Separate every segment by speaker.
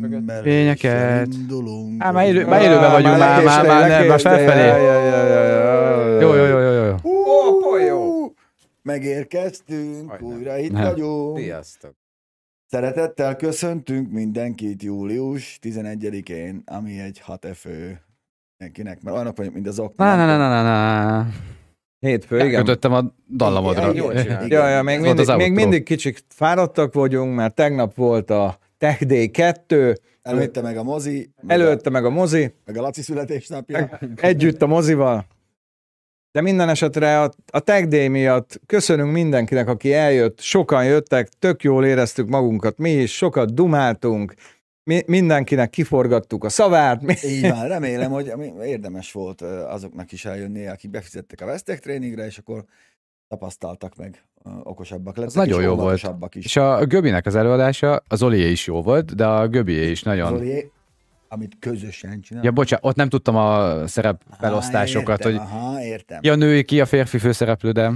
Speaker 1: mögött.
Speaker 2: Fényeket.
Speaker 3: Indulunk.
Speaker 2: Á, már, idő, már
Speaker 1: Á,
Speaker 2: időben vagyunk, már,
Speaker 1: lekéstél,
Speaker 2: már, már, nem, már
Speaker 1: lekéstél. Jaj,
Speaker 2: felfelé.
Speaker 1: jaj, jaj, jaj, jaj, jaj.
Speaker 2: Jó, jó, jó, jó, jó.
Speaker 1: Ó, polyó.
Speaker 3: Megérkeztünk,
Speaker 1: Ajde.
Speaker 3: újra itt
Speaker 2: Nem.
Speaker 3: vagyunk.
Speaker 1: Sziasztok.
Speaker 3: Szeretettel köszöntünk mindenkit július 11-én, ami egy hat efő mindenkinek, mert olyanok vagyunk, mint az oknál.
Speaker 2: Na, na, na, na, na, na.
Speaker 1: Hétfő, igen.
Speaker 2: Kötöttem a dallamodra.
Speaker 3: Igen, jól csináltad.
Speaker 1: Ja, ja, még,
Speaker 2: Ez volt
Speaker 1: mindig,
Speaker 2: az
Speaker 1: még
Speaker 2: outro.
Speaker 1: mindig kicsit fáradtak vagyunk, mert tegnap volt a Tech Day 2,
Speaker 3: Előtte meg a mozi, meg,
Speaker 1: előtte meg a mozi,
Speaker 3: A, meg a Laci születésnapja.
Speaker 1: együtt a mozival. De minden esetre a, a Tech Day miatt köszönünk mindenkinek, aki eljött, sokan jöttek, tök jól éreztük magunkat mi is, sokat dumáltunk, mi, mindenkinek kiforgattuk a szavát, mi,
Speaker 3: Így van, remélem, hogy ami- érdemes volt ö, azoknak is eljönni, akik befizettek a Vesztek tréningre, és akkor tapasztaltak meg, ö, okosabbak lettek,
Speaker 2: nagyon
Speaker 3: és
Speaker 2: jó volt.
Speaker 3: óvatosabbak is.
Speaker 2: És a Göbinek az előadása, az Olié is jó volt, de a Göbié is nagyon...
Speaker 3: Zoli, amit közösen csinál.
Speaker 2: Ja, bocsánat, ott nem tudtam a szerep felosztásokat,
Speaker 3: aha,
Speaker 2: hogy
Speaker 3: értem, Aha, értem.
Speaker 2: ki a női, ki a férfi főszereplő, de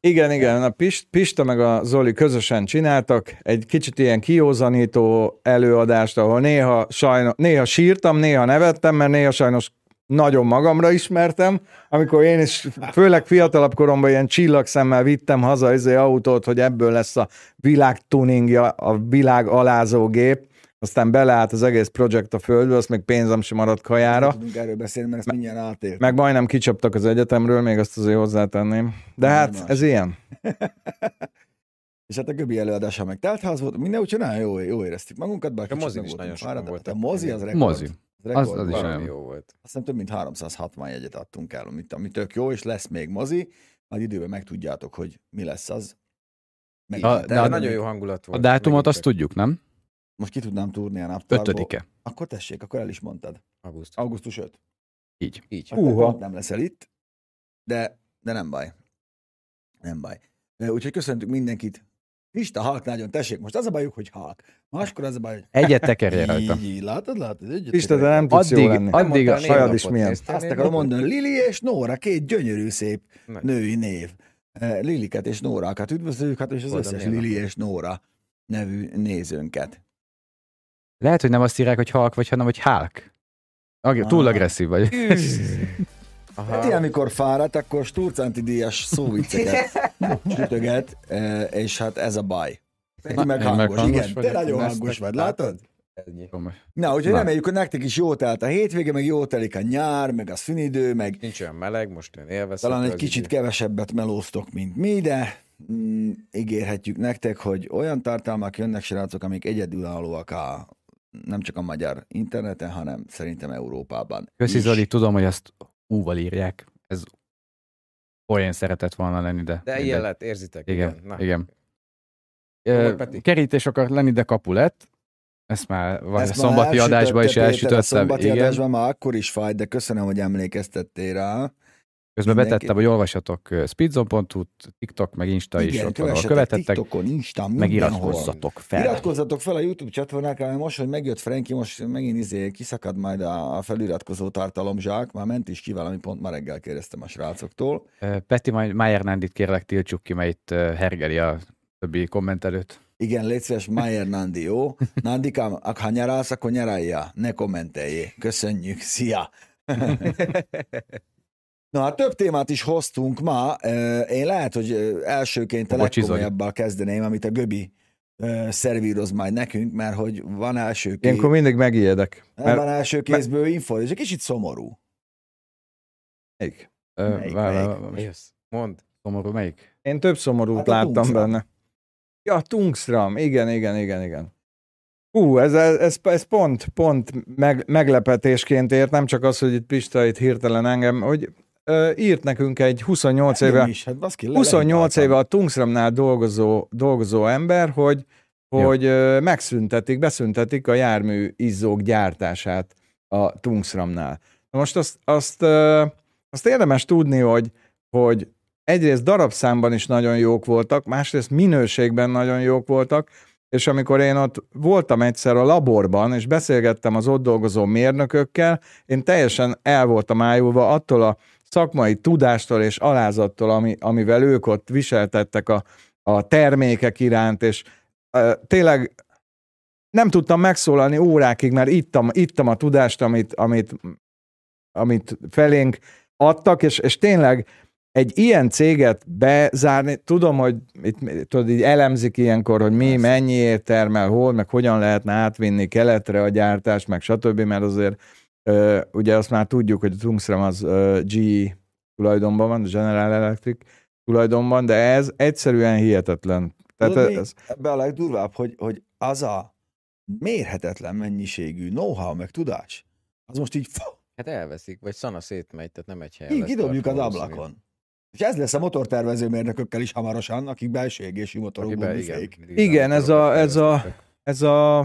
Speaker 1: Igen, igen, a Pist, Pista meg a Zoli közösen csináltak egy kicsit ilyen kiózanító előadást, ahol néha, sajnos, néha sírtam, néha nevettem, mert néha sajnos nagyon magamra ismertem, amikor én is, főleg fiatalabb koromban ilyen csillagszemmel vittem haza izé autót, hogy ebből lesz a világ tuningja, a világ alázó gép, aztán beleállt az egész projekt a földbe, azt még pénzem sem maradt kajára.
Speaker 3: Tudunk erről beszélni, mert ezt mindjárt átélt.
Speaker 1: Meg majdnem kicsaptak az egyetemről, még azt azért hozzátenném. De hát
Speaker 3: Normális.
Speaker 1: ez ilyen.
Speaker 3: És hát a Göbi előadása meg teltház volt, minden úgyhogy nagyon jó, jó éreztük magunkat, bár
Speaker 4: A
Speaker 3: kicsit
Speaker 4: mozin
Speaker 3: meg
Speaker 4: is
Speaker 3: voltunk
Speaker 4: nagyon sokan
Speaker 3: fáradtak. Hát
Speaker 4: voltak.
Speaker 3: A mozi az rekord.
Speaker 2: mozi.
Speaker 3: rekord
Speaker 2: az- az
Speaker 3: valami.
Speaker 2: is olyan.
Speaker 4: Valami jó volt.
Speaker 3: Azt hiszem több mint 360 jegyet adtunk el, amit, ami tök jó, és lesz még mozi, majd időben megtudjátok, hogy mi lesz az. Meg,
Speaker 2: A-
Speaker 3: de,
Speaker 2: de
Speaker 4: De hát
Speaker 2: a-
Speaker 4: nagyon jó hangulat volt.
Speaker 2: a dátumot azt
Speaker 4: Megint
Speaker 2: tudjuk, nem?
Speaker 3: Most ki tudnám túrni a naptárból.
Speaker 2: Ötödike.
Speaker 3: Akkor tessék, akkor el is mondtad.
Speaker 4: Augusztus.
Speaker 3: Augusztus 5.
Speaker 4: Így.
Speaker 3: Csak te pont Nem leszel itt, de, de nem baj. Nem baj. Ö, Úgyhogy köszöntünk mindenkit. Pista halk nagyon, tessék, most az a bajuk, hogy halk. Máskor az a baj, hogy
Speaker 2: Egyet tekerje rajta.
Speaker 3: így, így, látod, látod, egyet.
Speaker 1: Pista, de nem tudsz jó
Speaker 2: Addig,
Speaker 1: lenni.
Speaker 2: addig a
Speaker 4: Mondtál
Speaker 1: sajad
Speaker 4: névnapot,
Speaker 1: is milyen.
Speaker 4: néztél
Speaker 3: Azt akarom
Speaker 4: névnapot?
Speaker 3: mondani, Lili és Nóra, két gyönyörű szép
Speaker 4: Nagy.
Speaker 3: női név. Eh, Liliket és Nórakat üdvözöljük, hát és az
Speaker 4: Boldog
Speaker 3: összes
Speaker 4: névnapot.
Speaker 3: Lili és Nóra nevű nézőnket.
Speaker 2: Lehet, hogy nem azt írják, hogy halk vagy, hanem hogy hálk. Ag- túl
Speaker 3: Ah.
Speaker 2: agresszív vagy.
Speaker 3: Hát ilyen, amikor fáradt, akkor Sturcanti díjas szóvicceket sütöget, eh, és hát ez a baj. Ti meg hangos,
Speaker 2: én meg hangos
Speaker 3: igen, te
Speaker 2: vagyok,
Speaker 3: nagyon
Speaker 2: én
Speaker 3: hangos vagy, látod?
Speaker 4: Ennyi.
Speaker 3: Na, úgyhogy
Speaker 2: Na.
Speaker 3: reméljük, hogy nektek is jó telt a hétvége, meg jó telik a nyár, meg a szünidő, meg
Speaker 4: Nincs olyan meleg, most én élvezem.
Speaker 3: Talán egy kicsit kevesebbet melóztok, mint mi, de mm, ígérhetjük nektek, hogy olyan tartalmak jönnek, srácok, amik egyedülállóak a, nem csak a magyar interneten, hanem szerintem Európában.
Speaker 2: Köszi
Speaker 3: is.
Speaker 2: Zoli, tudom, hogy azt úval írják. Ez olyan szeretett volna lenni, de...
Speaker 4: De
Speaker 2: mindegy.
Speaker 4: ilyen lett, érzitek.
Speaker 2: Igen,
Speaker 4: Na.
Speaker 2: igen.
Speaker 4: Jó,
Speaker 2: Ö,
Speaker 4: Peti.
Speaker 2: kerítés akart lenni, de kapu lett. Ezt már vagy a
Speaker 3: Ezt ma
Speaker 2: szombati
Speaker 3: elsütötte
Speaker 2: adásba is
Speaker 3: Péter, A
Speaker 2: elsütöttem.
Speaker 3: szombati
Speaker 2: Igen.
Speaker 3: adásban már akkor is fájt, de köszönöm, hogy emlékeztettél rá.
Speaker 2: Közben
Speaker 3: mindenki-
Speaker 2: betettem, hogy olvassatok ö, speedzone.hu, TikTok, meg Insta is ott van, ahol követettek,
Speaker 3: TikTokon, Instán,
Speaker 2: meg
Speaker 3: mindenhol.
Speaker 4: iratkozz.
Speaker 2: iratkozzatok fel.
Speaker 3: Iratkozzatok fel a YouTube csatornákra, mert most, hogy megjött Frenki, most megint izé kiszakad majd a, a feliratkozó tartalomzsák, már ment is ki valami pont, ma reggel kérdeztem a srácoktól.
Speaker 2: Ö, Peti, majd Májer Nándit kérlek tiltsuk ki, mert itt ö, hergeli a többi kommentelőt.
Speaker 3: Igen, légy szíves, Mayer Nandi, jó? Nandikám, ak- ha nyarálsz, akkor nyarálja, ne kommenteljé. Köszönjük, szia! Na, hát több témát is hoztunk ma. Ö, Én lehet, hogy ö, elsőként a
Speaker 2: Bocsi, Zoli.
Speaker 3: legkomolyabbal kezdeném, amit a Göbi ö, szervíroz majd nekünk, mert hogy van első, ké...
Speaker 1: Ilyenkor mindig megijedek.
Speaker 3: van
Speaker 1: Mert
Speaker 3: első kézből info, és egy kicsit szomorú.
Speaker 1: melyik?
Speaker 2: Ö,
Speaker 3: Melyik,
Speaker 2: vár-
Speaker 3: melyik?
Speaker 2: vár- vár-
Speaker 4: Jössz. Mondd.
Speaker 2: Szomorú melyik?
Speaker 1: Én több szomorút
Speaker 3: Hát a
Speaker 1: láttam
Speaker 3: Tungsram.
Speaker 1: benne. Ja, Tungsram. Igen, igen, igen, igen. Hú, ez, ez, ez, ez pont, pont meg, meglepetésként ért, nem csak az, hogy itt Pista itt hirtelen engem, hogy ö, írt nekünk egy 28 éve,
Speaker 3: Nem is, hát baszki, le-
Speaker 1: 28
Speaker 3: lehitáltam.
Speaker 1: éve a Tungsramnál dolgozó, dolgozó ember, hogy,
Speaker 2: Jó.
Speaker 1: hogy ö, megszüntetik, beszüntetik a jármű izzók gyártását a Tungsramnál. Na most azt, azt, ö, azt érdemes tudni, hogy, hogy egyrészt darabszámban is nagyon jók voltak, másrészt minőségben nagyon jók voltak, és amikor én ott voltam egyszer a laborban, és beszélgettem az ott dolgozó mérnökökkel, én teljesen el voltam ájulva attól a szakmai tudástól és alázattól, ami, amivel ők ott viseltettek a, a termékek iránt, és ö, tényleg nem tudtam megszólalni órákig, mert ittam, ittam a tudást, amit, amit, amit felénk adtak, és, és tényleg egy ilyen céget bezárni, tudom, hogy itt, tudod, így elemzik ilyenkor, hogy mi,
Speaker 3: Persze.
Speaker 1: mennyiért termel, hol, meg hogyan lehetne átvinni keletre a gyártást, meg stb., mert azért ö, ugye azt már tudjuk, hogy a Tungsram az ö, GE tulajdonban van, General Electric tulajdonban, de ez egyszerűen hihetetlen. Tehát
Speaker 3: Tudod mi?
Speaker 1: ez,
Speaker 3: Ebbe a legdurvább, hogy, hogy az a mérhetetlen mennyiségű know-how, meg tudás, az most így fa,
Speaker 4: Hát elveszik, vagy szana szétmegy, tehát nem egy helyen
Speaker 3: így
Speaker 4: lesz
Speaker 3: kidobjuk az
Speaker 4: tartva
Speaker 3: ablakon. És ez lesz a motortervezőmérnökökkel is hamarosan, akik belső égésű
Speaker 4: valószínűleg.
Speaker 3: motorokból
Speaker 4: Akiben,
Speaker 3: műfék.
Speaker 4: mindig
Speaker 1: Igen,
Speaker 4: zárt
Speaker 1: ez a- ez a-
Speaker 4: terveztek.
Speaker 1: ez a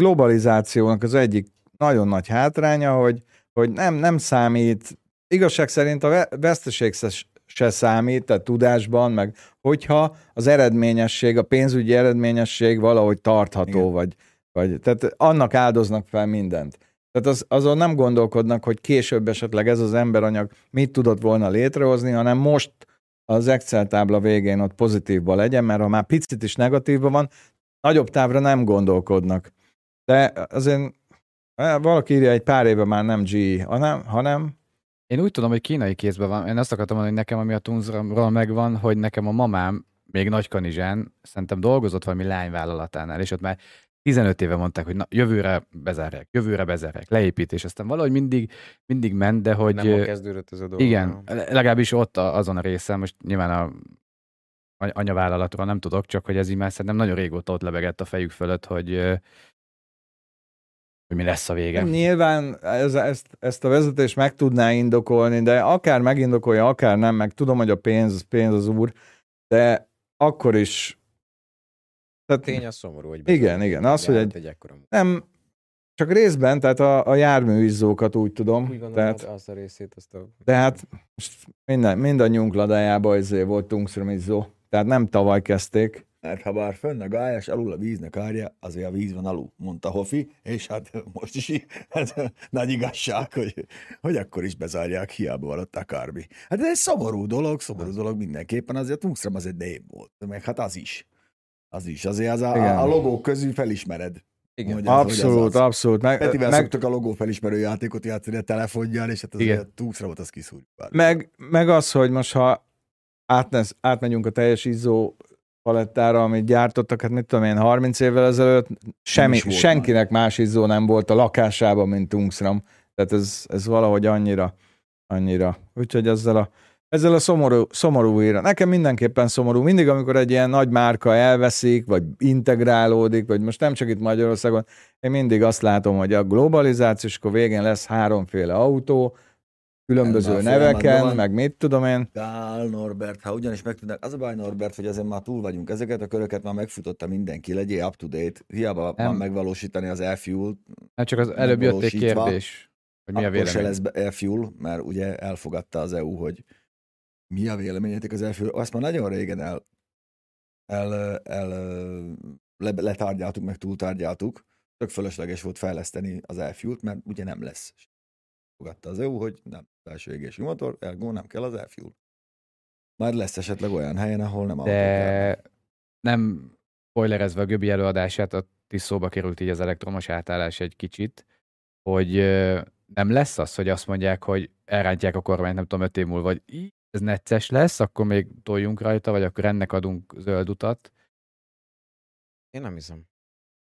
Speaker 1: globalizációnak az egyik nagyon nagy hátránya, hogy, hogy nem, nem számít, igazság szerint a ve- veszteség se, se számít, tehát tudásban, meg hogyha az eredményesség, a pénzügyi eredményesség valahogy tartható,
Speaker 3: Igen.
Speaker 1: vagy, vagy tehát annak áldoznak fel mindent. Tehát az, azon nem gondolkodnak, hogy később esetleg ez az emberanyag mit tudott volna létrehozni, hanem most az Excel tábla végén ott pozitívba legyen, mert ha már picit is negatívban van, nagyobb távra nem gondolkodnak. De azért eh, valaki írja, egy pár éve már nem GE, hanem, hanem
Speaker 2: Én úgy tudom, hogy kínai kézben van. Én azt akartam mondani, hogy nekem, ami a Tunzramról megvan, hogy nekem a mamám még Nagykanizsán szerintem dolgozott valami lányvállalatánál, és ott már 15 éve mondták, hogy na, jövőre bezárják, jövőre bezárják, leépítés. Aztán valahogy mindig, mindig ment, de hogy...
Speaker 4: Nem ott kezdődött ez a dolog.
Speaker 2: Igen,
Speaker 4: hanem-
Speaker 2: le- legalábbis ott a, azon a részen, most nyilván a any- anyavállalatról nem tudok, csak hogy ez így már szerintem nagyon régóta ott lebegett a fejük fölött, hogy, ö, hogy mi lesz a vége.
Speaker 1: nyilván ez, ezt, ezt a vezetés meg tudná indokolni, de akár megindokolja, akár nem, meg tudom, hogy a pénz, pénz az úr, de akkor is tehát
Speaker 4: Tény az szomorú, hogy
Speaker 1: Igen,
Speaker 4: bezárják.
Speaker 1: igen, az, hogy
Speaker 4: Járt
Speaker 1: egy-
Speaker 4: egy ekkora munka.
Speaker 1: nem, csak részben, tehát a, a járműizzókat úgy tudom,
Speaker 4: Úgy gondolom,
Speaker 1: tehát
Speaker 4: tehát... azt a részét, azt a...
Speaker 1: De hát most minden, mindannyiunk ladájába ezért volt tungstromizzó. Tehát nem tavaly kezdték.
Speaker 3: Mert ha bár fönn a gályás, alul a víznek árja, azért a víz van alul, mondta Hofi, és hát most is í- ez nagy igazság, hogy, hogy akkor is bezárják, hiába van ott a kárbi. Hát ez egy szomorú dolog, szomorú dolog mindenképpen, azért a Tungstram az egy név volt, meg hát az is. Az is, azért az
Speaker 1: Igen.
Speaker 3: a, a logók közül felismered.
Speaker 4: Igen.
Speaker 3: Hogy az- hogy
Speaker 1: Abszolút,
Speaker 3: az az.
Speaker 1: abszolút. Meg,
Speaker 3: Petivel
Speaker 1: meg,
Speaker 3: szoktuk a logó felismerő játékot játszani a telefonján, és hát
Speaker 2: Igen.
Speaker 3: azért a Tungstramot az kiszúrjuk. már.
Speaker 1: meg, meg az, hogy most ha átnesz, átmegyünk a teljes izzó palettára, amit gyártottak, hát mit tudom én, 30 évvel ezelőtt semmi,
Speaker 3: is volt
Speaker 1: senkinek más izzó nem volt a lakásában, mint Tungsram. Tehát ez, ez valahogy annyira, annyira. Úgyhogy ezzel a, ezzel a szomorú, szomorú íra. Nekem mindenképpen szomorú. Mindig, amikor egy ilyen nagy márka elveszik, vagy integrálódik, vagy most nem csak itt Magyarországon, én mindig azt látom, hogy a globalizáció, és akkor végén lesz háromféle autó, különböző
Speaker 3: Ebben a
Speaker 1: neveken,
Speaker 3: folyamatban.
Speaker 1: meg mit tudom én.
Speaker 3: Gál Norbert, ha ugyanis meg tudnak, az a baj Norbert, hogy azért már túl vagyunk, ezeket a köröket már megfutotta mindenki, legyél up to date, hiába
Speaker 2: Nem.
Speaker 3: nem. már megvalósítani az e-fuel,
Speaker 2: Hát csak az előbb jött egy
Speaker 3: megvalósítva,
Speaker 2: kérdés, hogy mi a
Speaker 3: akkor se
Speaker 2: vélemény.
Speaker 3: lesz be- e-fuel, mert ugye elfogadta az EU, hogy mi a véleményetek az e-fuel, azt már nagyon régen el, el, el le, letárgyaltuk, meg túltárgyaltuk, tök fölösleges volt fejleszteni az e-fuel-t, mert ugye nem lesz. Fogadta az EU, hogy nem belső égésű motor, ergo nem kell az e-fuel. Már lesz esetleg olyan helyen, ahol nem autók
Speaker 2: De nem spoilerezve a Göbi előadását, ott is szóba került így az elektromos átállás egy kicsit, hogy ö, nem lesz az, hogy azt mondják, hogy elrántják a kormányt, nem tudom, öt év múlva, vagy "Í, ez necces lesz, akkor még toljunk rajta, vagy akkor ennek adunk zöld utat.
Speaker 4: Én nem hiszem.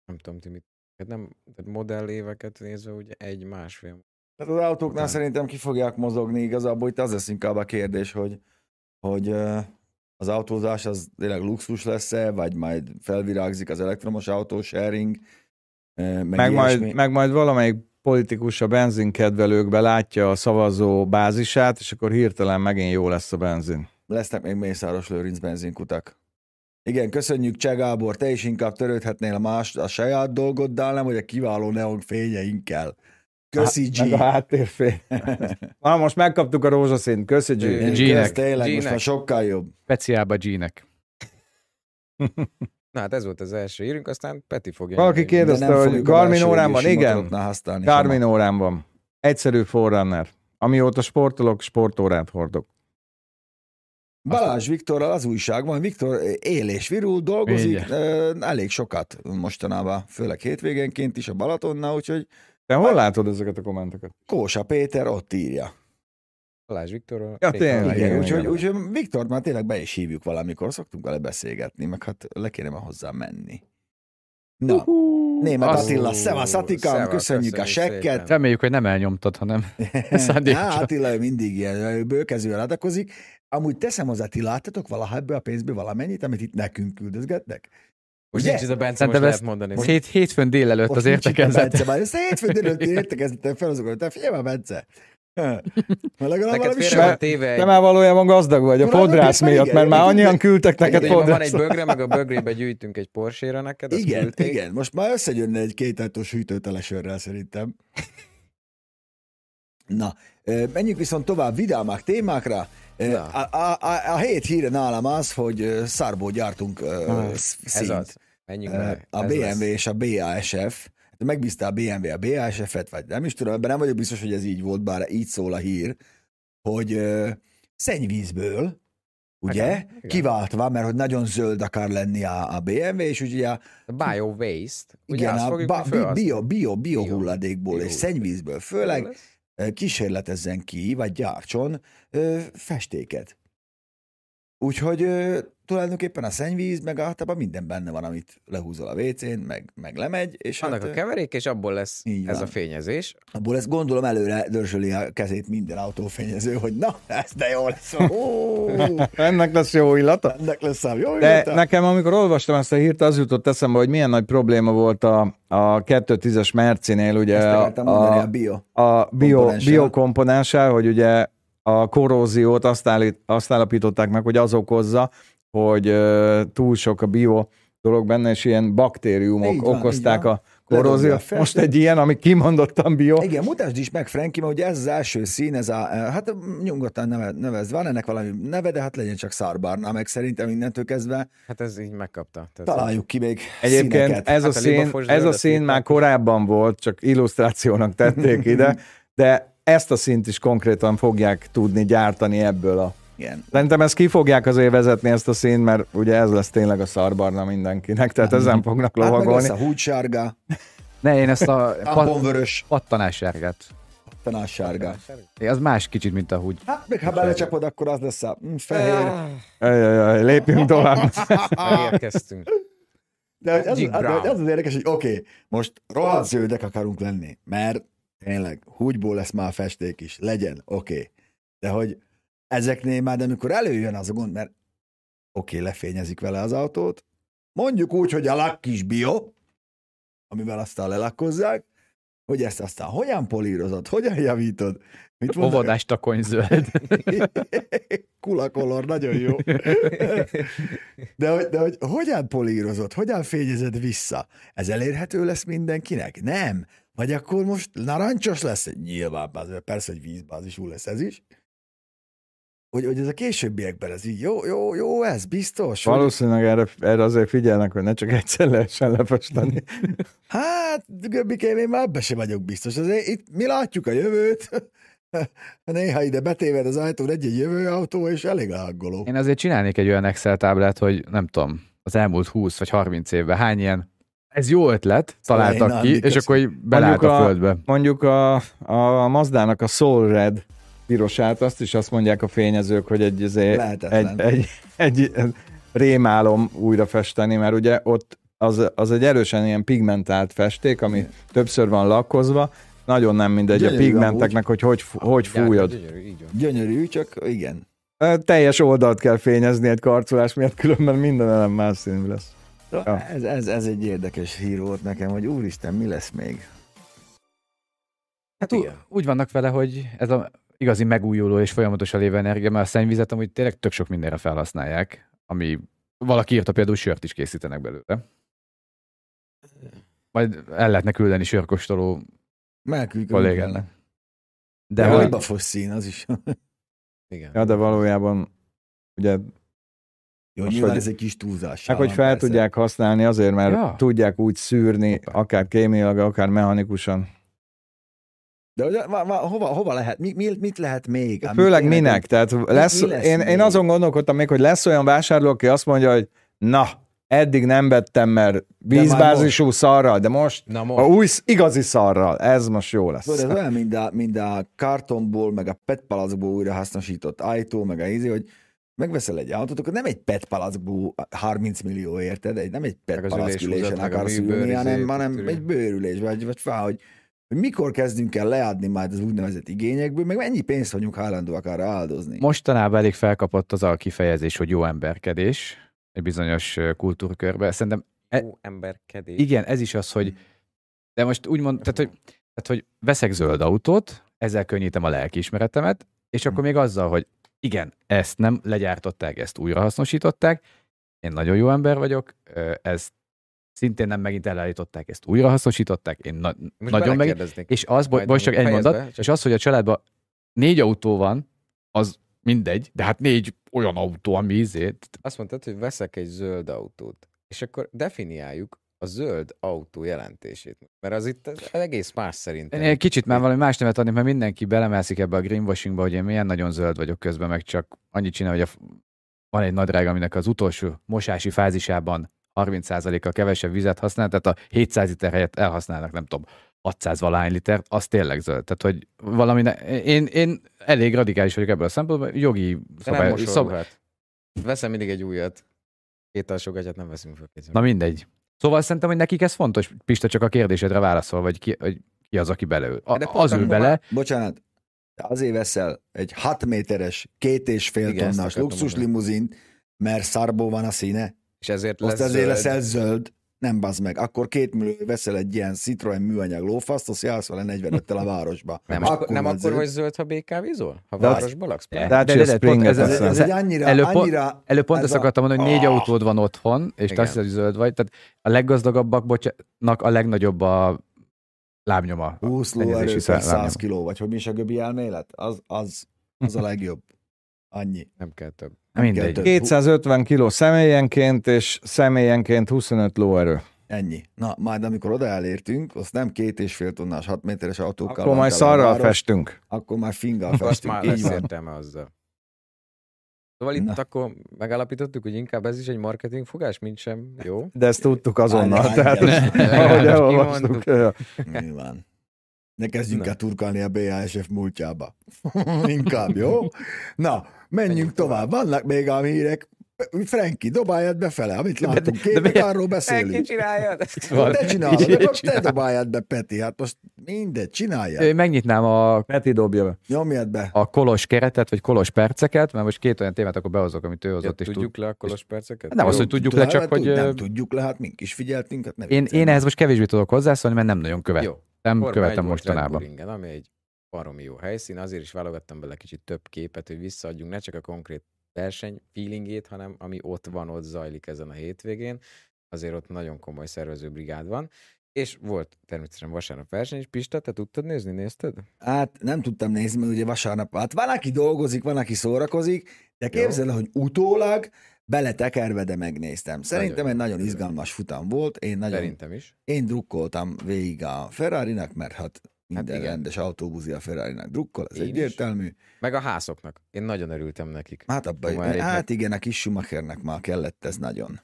Speaker 4: Nem tudom, ti mit... Hát nem, tehát modelléveket nézve ugye egy-másfél
Speaker 3: Tehát az autóknál
Speaker 4: Után.
Speaker 3: szerintem ki fogják mozogni igazából, itt az lesz inkább a kérdés, hogy, hogy ö, az autózás az tényleg luxus lesz-e, vagy majd felvirágzik az elektromos autó sharing, ö, meg,
Speaker 1: Meg majd,
Speaker 3: ilyesmi.
Speaker 1: meg majd valamelyik politikus a benzinkedvelőkbe látja a szavazó bázisát, és akkor hirtelen megint jó lesz a benzin.
Speaker 3: Lesznek még Mészáros Lőrinc benzinkutak. Igen, köszönjük Cseh Gábor, te is inkább törődhetnél más a saját dolgoddal, nem hogy a kiváló neon fényeinkkel. Köszi G.
Speaker 1: Hát, Meg a háttérfény. Na, most megkaptuk a rózsaszínt. Köszi, G.
Speaker 4: G.
Speaker 3: Kösz,
Speaker 2: G-nek.
Speaker 3: tényleg, most
Speaker 4: G-nek.
Speaker 3: már sokkal jobb.
Speaker 2: Speciálba G-nek.
Speaker 4: Na hát ez volt az első írünk, aztán Peti fogja.
Speaker 1: Valaki
Speaker 4: nyomni.
Speaker 1: kérdez- Kérdezte,
Speaker 3: De nem
Speaker 1: hogy
Speaker 3: fogjuk a
Speaker 1: Garmin
Speaker 3: belső
Speaker 1: órán van?
Speaker 3: égésű
Speaker 1: Igen.
Speaker 3: motoroknál használni sem
Speaker 1: Garmin órán van. Egyszerű forerunner. Amióta sportolok, sportórát hordok.
Speaker 3: Balázs Viktorral az újságban, Viktor él és virul, dolgozik
Speaker 2: Mindjárt.
Speaker 3: ö, elég sokat mostanában, főleg hétvégenként is a Balatonnál, úgyhogy
Speaker 1: Te hol látod ezeket a kommenteket?
Speaker 3: Kósa Péter ott írja.
Speaker 4: Balázs Viktorról.
Speaker 1: Ja,
Speaker 4: rég
Speaker 1: tényleg,
Speaker 4: hallottam.
Speaker 3: Igen,
Speaker 1: igen,
Speaker 3: úgyhogy,
Speaker 1: igen.
Speaker 3: úgyhogy Viktort már tényleg be is hívjuk valamikor, szoktunk vele beszélgetni, meg hát le kéne már hozzá menni. Na, Német
Speaker 2: Azt-
Speaker 3: Attila, szevasz Atikám,
Speaker 4: Szevasz,
Speaker 3: köszönjük a
Speaker 4: köszönjük
Speaker 3: sekket.
Speaker 4: szépen.
Speaker 2: Reméljük, hogy nem elnyomtad, hanem szándékos.
Speaker 3: Á, Attila ő mindig ilyen, ő bőkezővel adakozik. Amúgy teszem hozzá, ti láttatok valaha ebből a pénzből valamennyit, amit itt nekünk küldözgetnek?
Speaker 4: Most
Speaker 3: Ugye?
Speaker 4: nincs ez a Bence, most
Speaker 2: Szerintem
Speaker 4: lehet
Speaker 2: ezt-
Speaker 4: mondani.
Speaker 2: Hét, hétfőn délelőtt Hát az
Speaker 3: nincs itt a
Speaker 2: értekezett.
Speaker 3: Bence, már ezt hétfőn délelőtt értekezettem felhozok, te figyelj már, Bence. Ha, Legalább
Speaker 4: Neked
Speaker 3: valami
Speaker 4: félre
Speaker 3: sor-
Speaker 4: van téve
Speaker 1: Te
Speaker 4: egy...
Speaker 1: már valójában gazdag vagy a
Speaker 3: Valami
Speaker 1: fodrász
Speaker 3: igen,
Speaker 1: miatt,
Speaker 3: igen,
Speaker 1: mert már
Speaker 3: igen.
Speaker 1: annyian küldtek neked
Speaker 4: Neked van
Speaker 1: fodrász.
Speaker 4: egy bögre, meg a bögrébe gyűjtünk egy porséra neked. azt
Speaker 3: Igen,
Speaker 4: küldték.
Speaker 3: igen, most már összegyönne egy két ajtós hűtőtelesörrel szerintem. Na, ö, menjünk viszont tovább vidámak témákra. Ö,
Speaker 4: Na.
Speaker 3: A, a, a, a hét híre nálam az, hogy ö, szárból gyártunk ö, sz-
Speaker 4: Ez
Speaker 3: szint.
Speaker 4: az. Menjünk
Speaker 3: Ö,
Speaker 4: bele.
Speaker 3: A
Speaker 4: Ez
Speaker 3: BMW
Speaker 4: lesz.
Speaker 3: és a BASF. Te Hát Megbízta a BMW a BASF-et, vagy nem is tudom, ebben nem vagyok biztos, hogy ez így volt, bár így szól a hír, hogy ö, szennyvízből, ugye,
Speaker 4: Igen, igen.
Speaker 3: kiváltva, mert hogy nagyon zöld akar lenni a, a BMW, és ugye a
Speaker 4: A bio waste. Ugye
Speaker 3: igen,
Speaker 4: azt
Speaker 3: a
Speaker 4: fogjuk,
Speaker 3: ba-
Speaker 4: hogy
Speaker 3: bi-
Speaker 4: fölhasználni.
Speaker 3: bio, bio, bio
Speaker 4: Bio-
Speaker 3: hulladékból
Speaker 4: bio
Speaker 3: és
Speaker 4: hulladék.
Speaker 3: szennyvízből főleg ö, kísérletezzen ki, vagy gyártson ö, festéket. Úgyhogy ö, tulajdonképpen a szennyvíz, meg általában minden benne van, amit lehúzol a WC-n, meg, meg lemegy, és
Speaker 4: Annak
Speaker 3: hát,
Speaker 4: a
Speaker 3: ö,
Speaker 4: keverék, és abból lesz
Speaker 3: Így
Speaker 4: ez
Speaker 3: van.
Speaker 4: a fényezés.
Speaker 3: abból ezt gondolom előre dörzsöli a kezét minden autófényező, hogy na, ez de jó lesz. Ó,
Speaker 1: Ennek lesz jó illata.
Speaker 3: ennek lesz ám jó
Speaker 1: De
Speaker 3: illata.
Speaker 1: nekem, amikor olvastam ezt a hírt, az jutott eszembe, hogy milyen nagy probléma volt a, a 2.10-es Mercinél, ugye
Speaker 3: Ezt
Speaker 1: a,
Speaker 3: akartam mondani, a
Speaker 1: a,
Speaker 3: bio.
Speaker 1: a bio,
Speaker 3: komponenssel.
Speaker 1: biokomponenssel, hogy ugye a korróziót azt, állít, azt állapították meg, hogy az okozza, hogy ö, túl sok a bio dolog benne, és ilyen baktériumok
Speaker 3: Így van, így
Speaker 1: okozták
Speaker 3: van.
Speaker 1: a
Speaker 3: Ledobja a
Speaker 1: korróziót.
Speaker 3: fertőzést.
Speaker 1: Most egy ilyen, ami kimondottan bio.
Speaker 3: Igen, mutasd is meg, Franki, mert ugye ez az első szín, ez a, hát nyugodtan neve- nevezd, van ennek valami neve, de hát legyen csak szárbarna, meg szerintem innentől kezdve
Speaker 4: Hát ez így megkapta. Tehát
Speaker 3: találjuk ki még
Speaker 1: Egyébként
Speaker 3: színeket.
Speaker 1: ez a,
Speaker 4: Hát a
Speaker 1: szín,
Speaker 4: libafos
Speaker 1: ez a
Speaker 4: zöldet
Speaker 1: szín
Speaker 4: írták.
Speaker 1: már korábban volt, csak illusztrációnak tették ide, de ezt a szint is konkrétan fogják tudni gyártani ebből a...
Speaker 3: Igen.
Speaker 1: Szerintem ezt ki fogják azért vezetni ezt a szín, mert ugye ez lesz tényleg a szarbarna mindenkinek, tehát ezen fognak
Speaker 3: Hát meg lesz
Speaker 1: lovagolni. Hát
Speaker 3: a húgysárga,
Speaker 2: Ne, én ezt a pat,
Speaker 3: ambonvörös,
Speaker 2: pattanássárgát.
Speaker 3: tanássárga.
Speaker 2: Az más kicsit, mint a húgy.
Speaker 3: Hát meg ha belecsapod, akkor az lesz a mm, fehér.
Speaker 4: Ah,
Speaker 1: Ajajaj, lépjünk tovább.
Speaker 4: Megérkeztünk.
Speaker 3: De hogy az,
Speaker 4: Jig
Speaker 3: az,
Speaker 4: Brown.
Speaker 3: de az az érdekes, hogy oké, okay, most rohadt zöldek akarunk lenni, mert tényleg húgyból lesz már festék is, legyen, oké. Okay. De hogy ezeknél már, de amikor előjön az a gond, mert oké, okay, lefényezik vele az autót, mondjuk úgy, hogy a lakk is bio, amivel aztán lelakkozzák, hogy ezt aztán hogyan polírozod, hogyan javítod, mit mondanak?
Speaker 2: Óvodás takony zöld.
Speaker 3: Kulakolor, nagyon jó. De, hogy- de hogy hogyan polírozod, hogyan fényezed vissza? Ez elérhető lesz mindenkinek? Nem. Vagy akkor most narancsos lesz? Nyilván, bazd meg, persze, hogy vízbázisú lesz ez is. Hogy, hogy ez a későbbiekben ez így jó, jó, jó, ez biztos. Hogy,
Speaker 1: Valószínűleg erre, erre azért figyelnek, hogy ne csak egyszer lehessen lefesteni.
Speaker 3: hát, Göbbikém, én már ebbe sem vagyok biztos. Azért itt mi látjuk a jövőt. Néha ide betéved az ajtón egy-egy jövő autó, és elég ággoló.
Speaker 2: Én azért csinálnék egy olyan Excel táblát, hogy nem tudom, az elmúlt 20 vagy 30 évben hány ilyen, ez jó ötlet, találtak
Speaker 3: Szóval én
Speaker 2: ki,
Speaker 3: Andy
Speaker 2: és akkor így belállt
Speaker 1: Mondjuk
Speaker 2: a
Speaker 1: a-
Speaker 2: földbe.
Speaker 1: Mondjuk a, a Mazdának a Soul Red pirosát, azt is azt mondják a fényezők, hogy egy, azért,
Speaker 3: Lehetetlen.
Speaker 1: egy, egy, egy rémálom újra festeni, mert ugye ott az, az egy erősen ilyen pigmentált festék, ami
Speaker 3: Igen.
Speaker 1: többször van lakkozva, nagyon nem mindegy
Speaker 3: Gyönyörű
Speaker 1: a pigmenteknek, hogy hogy, fu- hogy fújod.
Speaker 4: Gyönyörű, így van.
Speaker 3: Gyönyörű, csak igen.
Speaker 1: Ö, Teljes oldalt kell fényezni egy karcolás miatt, különben minden elem más színű lesz.
Speaker 3: Ja.
Speaker 1: Ja.
Speaker 3: Ez, ez, ez egy érdekes hír volt nekem, hogy úristen, mi lesz még?
Speaker 2: Hát
Speaker 4: Hát
Speaker 2: ú-
Speaker 4: igen.
Speaker 2: úgy vannak vele, hogy ez a igazi megújuló és folyamatosan lévő energia, mert a szennyvizet amúgy tényleg tök sok mindenre felhasználják, ami valaki írta például sört is készítenek belőle. Majd el lehetne küldeni sörkóstoló
Speaker 3: Melkülkön.
Speaker 2: kollégának.
Speaker 3: De
Speaker 2: De
Speaker 3: ja,
Speaker 1: hogy-
Speaker 2: hogy,
Speaker 3: hogy... szín, az is.
Speaker 4: Igen.
Speaker 1: Ja, de valójában ugye
Speaker 3: Jó,
Speaker 1: Most,
Speaker 3: nyilván
Speaker 1: hogy-
Speaker 3: ez egy kis túlzás.
Speaker 1: Csak hogy fel
Speaker 3: persze.
Speaker 1: tudják használni azért, mert
Speaker 2: Ja.
Speaker 3: Hát,
Speaker 1: tudják úgy szűrni, akár kémiailag, akár mechanikusan.
Speaker 3: De ugye, va- va- hova, hova lehet? Mi, mi, mit lehet még? amit
Speaker 1: Főleg
Speaker 3: tényleg-
Speaker 1: minek? Tehát lesz,
Speaker 3: mi lesz
Speaker 1: lesz én,
Speaker 3: még?
Speaker 1: én azon gondolkodtam még, hogy lesz olyan vásárló, aki azt mondja, hogy na, eddig nem vettem, mert vízbázisú szarral, de most
Speaker 4: Na
Speaker 1: a
Speaker 4: most,
Speaker 1: új sz- igazi szarral, ez most jó
Speaker 3: Tudod,
Speaker 1: lesz.
Speaker 3: ez olyan, mint a, mint a kartonból, meg a petpalackból újra hasznosított ajtó, meg a ízé, hogy megveszel egy autót, akkor nem egy petpalackból 30 millió érted, egy, nem egy
Speaker 4: Meg az
Speaker 3: petpalack
Speaker 4: üléshúzat,
Speaker 3: ülésen
Speaker 4: meg a
Speaker 3: akarsz
Speaker 4: műbőr
Speaker 3: ülni,
Speaker 4: izé,
Speaker 3: hanem, hanem
Speaker 4: tükrű.
Speaker 3: egy bőrülés, vagy, vagy fá, hogy, hogy mikor kezdünk el leadni már az úgynevezett igényekből, meg mennyi pénzt vagyunk hajlandóak arra áldozni.
Speaker 2: Mostanában elég felkapott az a kifejezés, hogy jó emberkedés egy bizonyos ö, kultúrkörbe. Szerintem e-
Speaker 4: jó emberkedés.
Speaker 2: igen, ez is az, hogy de most úgy mond, tehát, hogy, tehát, hogy veszek zöld autót, ezzel könnyítem a lelkiismeretemet,
Speaker 4: Hm.
Speaker 2: és akkor még azzal, hogy igen, ezt nem legyártották, ezt újrahasznosították, én nagyon jó ember vagyok, ö, ezt szintén nem megint elállították, ezt újrahasznosították, én na-
Speaker 4: Most
Speaker 2: nagyon meg,
Speaker 4: belekérdeznék.
Speaker 2: és az, bo-
Speaker 4: Majd
Speaker 2: bocs, csak
Speaker 4: amúgy
Speaker 2: egy
Speaker 4: fejezd
Speaker 2: mondat,
Speaker 4: be, csak-
Speaker 2: és az, hogy a családban négy autó van, az mindegy, de hát négy olyan autó, ami izé,
Speaker 4: Azt mondtad, hogy veszek egy zöld autót, és akkor definiáljuk a zöld autó jelentését. Mert az itt az egész más szerintem.
Speaker 2: Én egy kicsit már valami más nevet adnék, mert mindenki belemászik ebbe a greenwashingba, hogy én milyen nagyon zöld vagyok közben, meg csak annyit csinál, hogy a, f- van egy nadrág, aminek az utolsó mosási fázisában 30%-kal kevesebb vizet használ, tehát a 700 liter helyett elhasználnak, nem tudom, 600 valány liter, az tényleg zöld. Tehát, hogy valami ne, én, én elég radikális vagyok ebből a szempontból, jogi
Speaker 4: De nem
Speaker 2: szabály,
Speaker 4: mosol
Speaker 2: szab,
Speaker 4: ruhát. Veszem mindig egy újat. Két alsógatyát nem veszünk fel. kézzel.
Speaker 2: Na mindegy. Szóval szerintem, hogy nekik ez fontos, Pista, csak a kérdésedre válaszol, vagy ki, hogy ki az, aki beleül.
Speaker 4: De
Speaker 2: A,
Speaker 4: pont
Speaker 2: az ül
Speaker 4: akkor
Speaker 2: bele,
Speaker 3: Bocsánat, de azért veszel egy 6 méteres, két és fél
Speaker 4: Igen, ezt
Speaker 3: tonnás
Speaker 4: akartam
Speaker 3: luxus
Speaker 4: mondani.
Speaker 3: limuzint, mert szarbó van a színe.
Speaker 4: És ezért lesz
Speaker 3: Azt azért
Speaker 4: zöld.
Speaker 3: leszel zöld, nem bazd meg. Akkor két millió veszel egy ilyen Citroen műanyag lófaszt, azt jársz vele 45-tel a városba.
Speaker 4: Nem akkor, nem
Speaker 3: vagy
Speaker 4: akkor
Speaker 3: zöld.
Speaker 4: vagy zöld, ha BKV-zol? Ha
Speaker 1: De az-
Speaker 4: városba laksz? pláne?
Speaker 1: De hát
Speaker 2: De-
Speaker 1: se
Speaker 2: de- de-
Speaker 1: Springer
Speaker 2: pont ez-
Speaker 3: Ez,
Speaker 1: persze.
Speaker 3: ez egy annyira,
Speaker 2: Előpont-
Speaker 3: annyira
Speaker 2: Előbb pont
Speaker 3: Ez
Speaker 2: ezt
Speaker 3: a-
Speaker 2: akartam mondani, hogy négy
Speaker 3: Ah!
Speaker 2: autód van otthon, és te
Speaker 4: Igen.
Speaker 2: azt hiszed, hogy zöld vagy. Tehát a leggazdagabbak, bocsánatnak a legnagyobb a lábnyoma.
Speaker 3: 20
Speaker 2: Szennyezési
Speaker 3: lóerő per
Speaker 2: szellem.
Speaker 3: 100 kiló, vagy hogy mi is a göbi elmélet? Az, az, az a legjobb. Annyi.
Speaker 4: Nem kell több.
Speaker 2: Mindegy.
Speaker 3: kell több.
Speaker 1: 250 kiló személyenként, és személyenként 25 lóerő.
Speaker 3: Ennyi. Na, majd amikor oda elértünk, azt nem két és fél tonnás, hat méteres autókkal.
Speaker 1: Akkor majd
Speaker 3: mentál a
Speaker 1: szarral
Speaker 3: város,
Speaker 1: festünk.
Speaker 3: Akkor már finggal
Speaker 4: Akkor azt
Speaker 3: festünk.
Speaker 4: már
Speaker 3: így
Speaker 4: lesz
Speaker 3: van.
Speaker 4: értelme azzal. Szóval itt
Speaker 3: Na.
Speaker 4: akkor megállapítottuk, hogy inkább ez is egy marketing fogás, mint sem. Jó.
Speaker 1: De ezt tudtuk azonnal.
Speaker 3: Állj,
Speaker 1: Tehát,
Speaker 3: állj,
Speaker 4: állj.
Speaker 1: ahogy elolvastuk.
Speaker 4: Kimondtuk.
Speaker 3: Nyilván. Ne kezdjünk
Speaker 4: Na.
Speaker 3: el turkálni a BASF múltjába. Inkább, jó? Na, menjünk
Speaker 4: Menjünk
Speaker 3: tovább.
Speaker 4: tovább.
Speaker 3: Vannak még a hírek. Frenki, dobáljad befele, amit látunk
Speaker 2: de
Speaker 3: képet,
Speaker 2: miért-
Speaker 3: arról beszélünk.
Speaker 4: csináljad?
Speaker 2: Van.
Speaker 3: Te csinálod,
Speaker 2: Így
Speaker 3: akkor te
Speaker 2: csinálod.
Speaker 3: dobáljad be, Peti. Hát most mindegy, csináljad.
Speaker 2: Ö, Megnyitnám a,
Speaker 1: Peti dobja be.
Speaker 3: Nyomjad be.
Speaker 2: a kolos keretet, vagy kolos perceket, mert most két olyan témát akkor behozok, amit ő hozott.
Speaker 4: Ja,
Speaker 2: és tud-
Speaker 4: tudjuk le a kolos perceket?
Speaker 2: Nem azt,
Speaker 4: Jó.
Speaker 2: hogy tudjuk le, csak
Speaker 3: Tudod,
Speaker 2: hogy... ö,
Speaker 3: Nem tudjuk le, hát mink is figyeltünk. Hát ne
Speaker 2: Én,
Speaker 3: viccelj
Speaker 2: én
Speaker 3: már.
Speaker 2: ehhez most kevésbé tudok hozzászólni, mert nem nagyon
Speaker 4: Jó.
Speaker 2: követem,
Speaker 4: Forma
Speaker 2: Hm,
Speaker 4: egy
Speaker 2: követem
Speaker 4: volt Red
Speaker 2: mostanában.
Speaker 4: Bullingen, ami egy baromi jó helyszín, azért is válogattam bele kicsit több képet, hogy visszaadjunk ne csak a konkrét verseny feelingét, hanem ami ott van, ott zajlik ezen a hétvégén. Azért ott nagyon komoly szervezőbrigád van. És volt természetesen vasárnap verseny is. Pista, te tudtad nézni? Nézted?
Speaker 3: Hát nem tudtam nézni, mert ugye vasárnap, hát van, aki dolgozik, van, aki szórakozik, de
Speaker 4: Jó.
Speaker 3: képzeld el, hogy utólag beletekerve, de megnéztem. Szerintem
Speaker 4: Nagyon
Speaker 3: egy
Speaker 4: jó.
Speaker 3: nagyon izgalmas futam volt, én nagyon,
Speaker 4: Szerintem is.
Speaker 3: én drukkoltam végig a ferrari mert hát minden hát
Speaker 4: igen.
Speaker 3: rendes autóbuzi a ferrari drukkol, ez
Speaker 4: Én is.
Speaker 3: egyértelmű.
Speaker 4: Meg a házoknak. Én nagyon örültem nekik.
Speaker 3: Hát abban,
Speaker 4: Schumacheréknek.
Speaker 3: hát igen, a kis Schumachernek már kellett ez nagyon.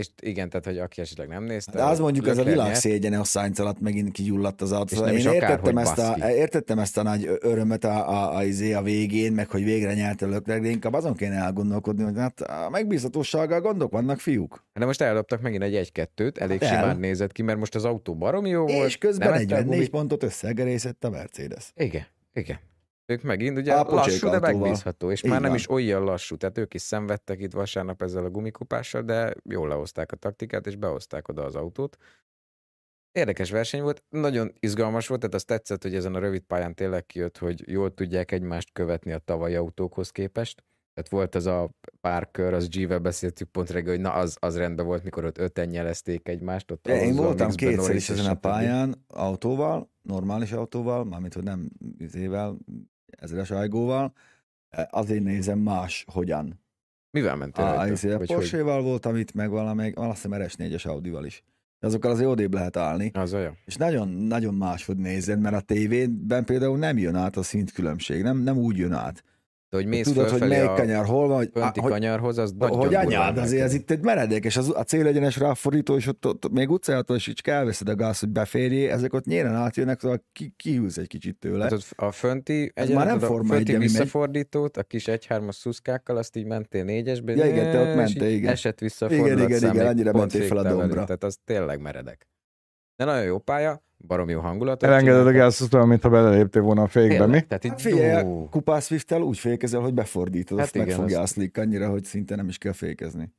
Speaker 4: És igen, tehát, hogy aki esetleg nem nézte.
Speaker 3: De az
Speaker 4: ott
Speaker 3: mondjuk ez a
Speaker 4: Leclerc
Speaker 3: világ
Speaker 4: nyert.
Speaker 3: szégyene a Sainz alatt megint kigyulladt az autó. Szóval
Speaker 4: És nem
Speaker 3: Én
Speaker 4: is akárhogy,
Speaker 3: értettem ezt, a,
Speaker 4: baszki.
Speaker 3: értettem ezt a nagy ö- örömet a, a, a, izé a végén, meg hogy végre nyert a Leclerc, de inkább azon kéne elgondolkodni, hogy hát a megbízhatósággal gondok vannak, fiúk.
Speaker 4: De most eldobtak megint egy 1-2-t, elég
Speaker 3: Hát el.
Speaker 4: simán nézett ki, mert most az autó baromi jó volt.
Speaker 3: és közben
Speaker 4: nem ettel
Speaker 3: 44
Speaker 4: gumit.
Speaker 3: pontot összegerészett a Mercedes.
Speaker 4: Igen, igen. Ők megint ugye
Speaker 3: A pocsék
Speaker 4: lassú, de
Speaker 3: autóval.
Speaker 4: megbízható, és
Speaker 3: Így
Speaker 4: már nem
Speaker 3: van.
Speaker 4: is olyan lassú, tehát ők is szenvedtek itt vasárnap ezzel a gumikupással, de jól lehozták a taktikát, és behozták oda az autót. Érdekes verseny volt, nagyon izgalmas volt, tehát azt tetszett, hogy ezen a rövid pályán tényleg kijött, hogy jól tudják egymást követni a tavalyi autókhoz képest. Tehát volt ez a pár kör, az G-vel beszéltük pont reggel, hogy na az, az rendben volt, mikor ott öten nyelezték egymást. Ott
Speaker 3: De én
Speaker 4: Alonso,
Speaker 3: voltam
Speaker 4: Mixben,
Speaker 3: kétszer
Speaker 4: Norris
Speaker 3: is
Speaker 4: és
Speaker 3: ezen a
Speaker 4: stb.
Speaker 3: pályán autóval, normális autóval, mármint hogy nem izével, ezres ajgóval, azért nézem más, hogyan.
Speaker 4: Mivel mentél
Speaker 3: A,
Speaker 4: rajta?
Speaker 3: izé, a
Speaker 4: Vagy hogy?
Speaker 3: Porsche-val voltam itt, meg valamelyik, azt hiszem RS4-es Audi-val is. azokkal az odébb lehet állni,
Speaker 4: Az olyan.
Speaker 3: és nagyon-nagyon máshogy nézed, mert a tévében például nem jön át a szintkülönbség, nem, nem úgy jön át.
Speaker 4: De hogy mész
Speaker 3: Tudod, hogy melyik
Speaker 4: fölfelé
Speaker 3: a...
Speaker 4: a
Speaker 3: kanyar hol van, hogy, á,
Speaker 4: pönti
Speaker 3: hogy,
Speaker 4: kanyarhoz, az
Speaker 3: hogy,
Speaker 4: nagyon
Speaker 3: hogy
Speaker 4: durván
Speaker 3: anyád, azért ez
Speaker 4: emelkedik.
Speaker 3: itt egy meredek, és az, a célegyenes ráfordító, és ott, ott, ott még utcától is csak elveszed a gáz, hogy beférjé, ezek ott nyíren átjönnek, szóval ki, kihűlsz egy kicsit tőle.
Speaker 4: Hát ott a fönti,
Speaker 3: Ez
Speaker 4: egyenet,
Speaker 3: már nem
Speaker 4: tudod, a
Speaker 3: Forma egy,
Speaker 4: fönti
Speaker 3: ami megy.
Speaker 4: visszafordítót, a kis egyhármas szuszkákkal, azt így mentél négyesbe,
Speaker 3: Ja, igen, te ott
Speaker 4: és
Speaker 3: mentél,
Speaker 4: így
Speaker 3: igen.
Speaker 4: Esett vissza a
Speaker 3: Igen, igen,
Speaker 4: fordulatszám,
Speaker 3: igen,
Speaker 4: így
Speaker 3: annyira
Speaker 4: pont
Speaker 3: mentél fel a
Speaker 4: végtelen
Speaker 3: dombra.
Speaker 4: előtt, Tehát az tényleg meredek. De nagyon jó pálya, barom jó hangulat.
Speaker 1: Elengeded a gázszótól, mintha beleléptél volna a fékbe, mi?
Speaker 4: Tehát így,
Speaker 3: Hát figyelj,
Speaker 4: ú,
Speaker 3: a kupás Swift-tel úgy fékezel, hogy befordítod,
Speaker 4: Hát
Speaker 3: azt
Speaker 4: igen,
Speaker 3: megfogja
Speaker 4: azt-
Speaker 3: a slick annyira, hogy szinte nem is kell fékezni.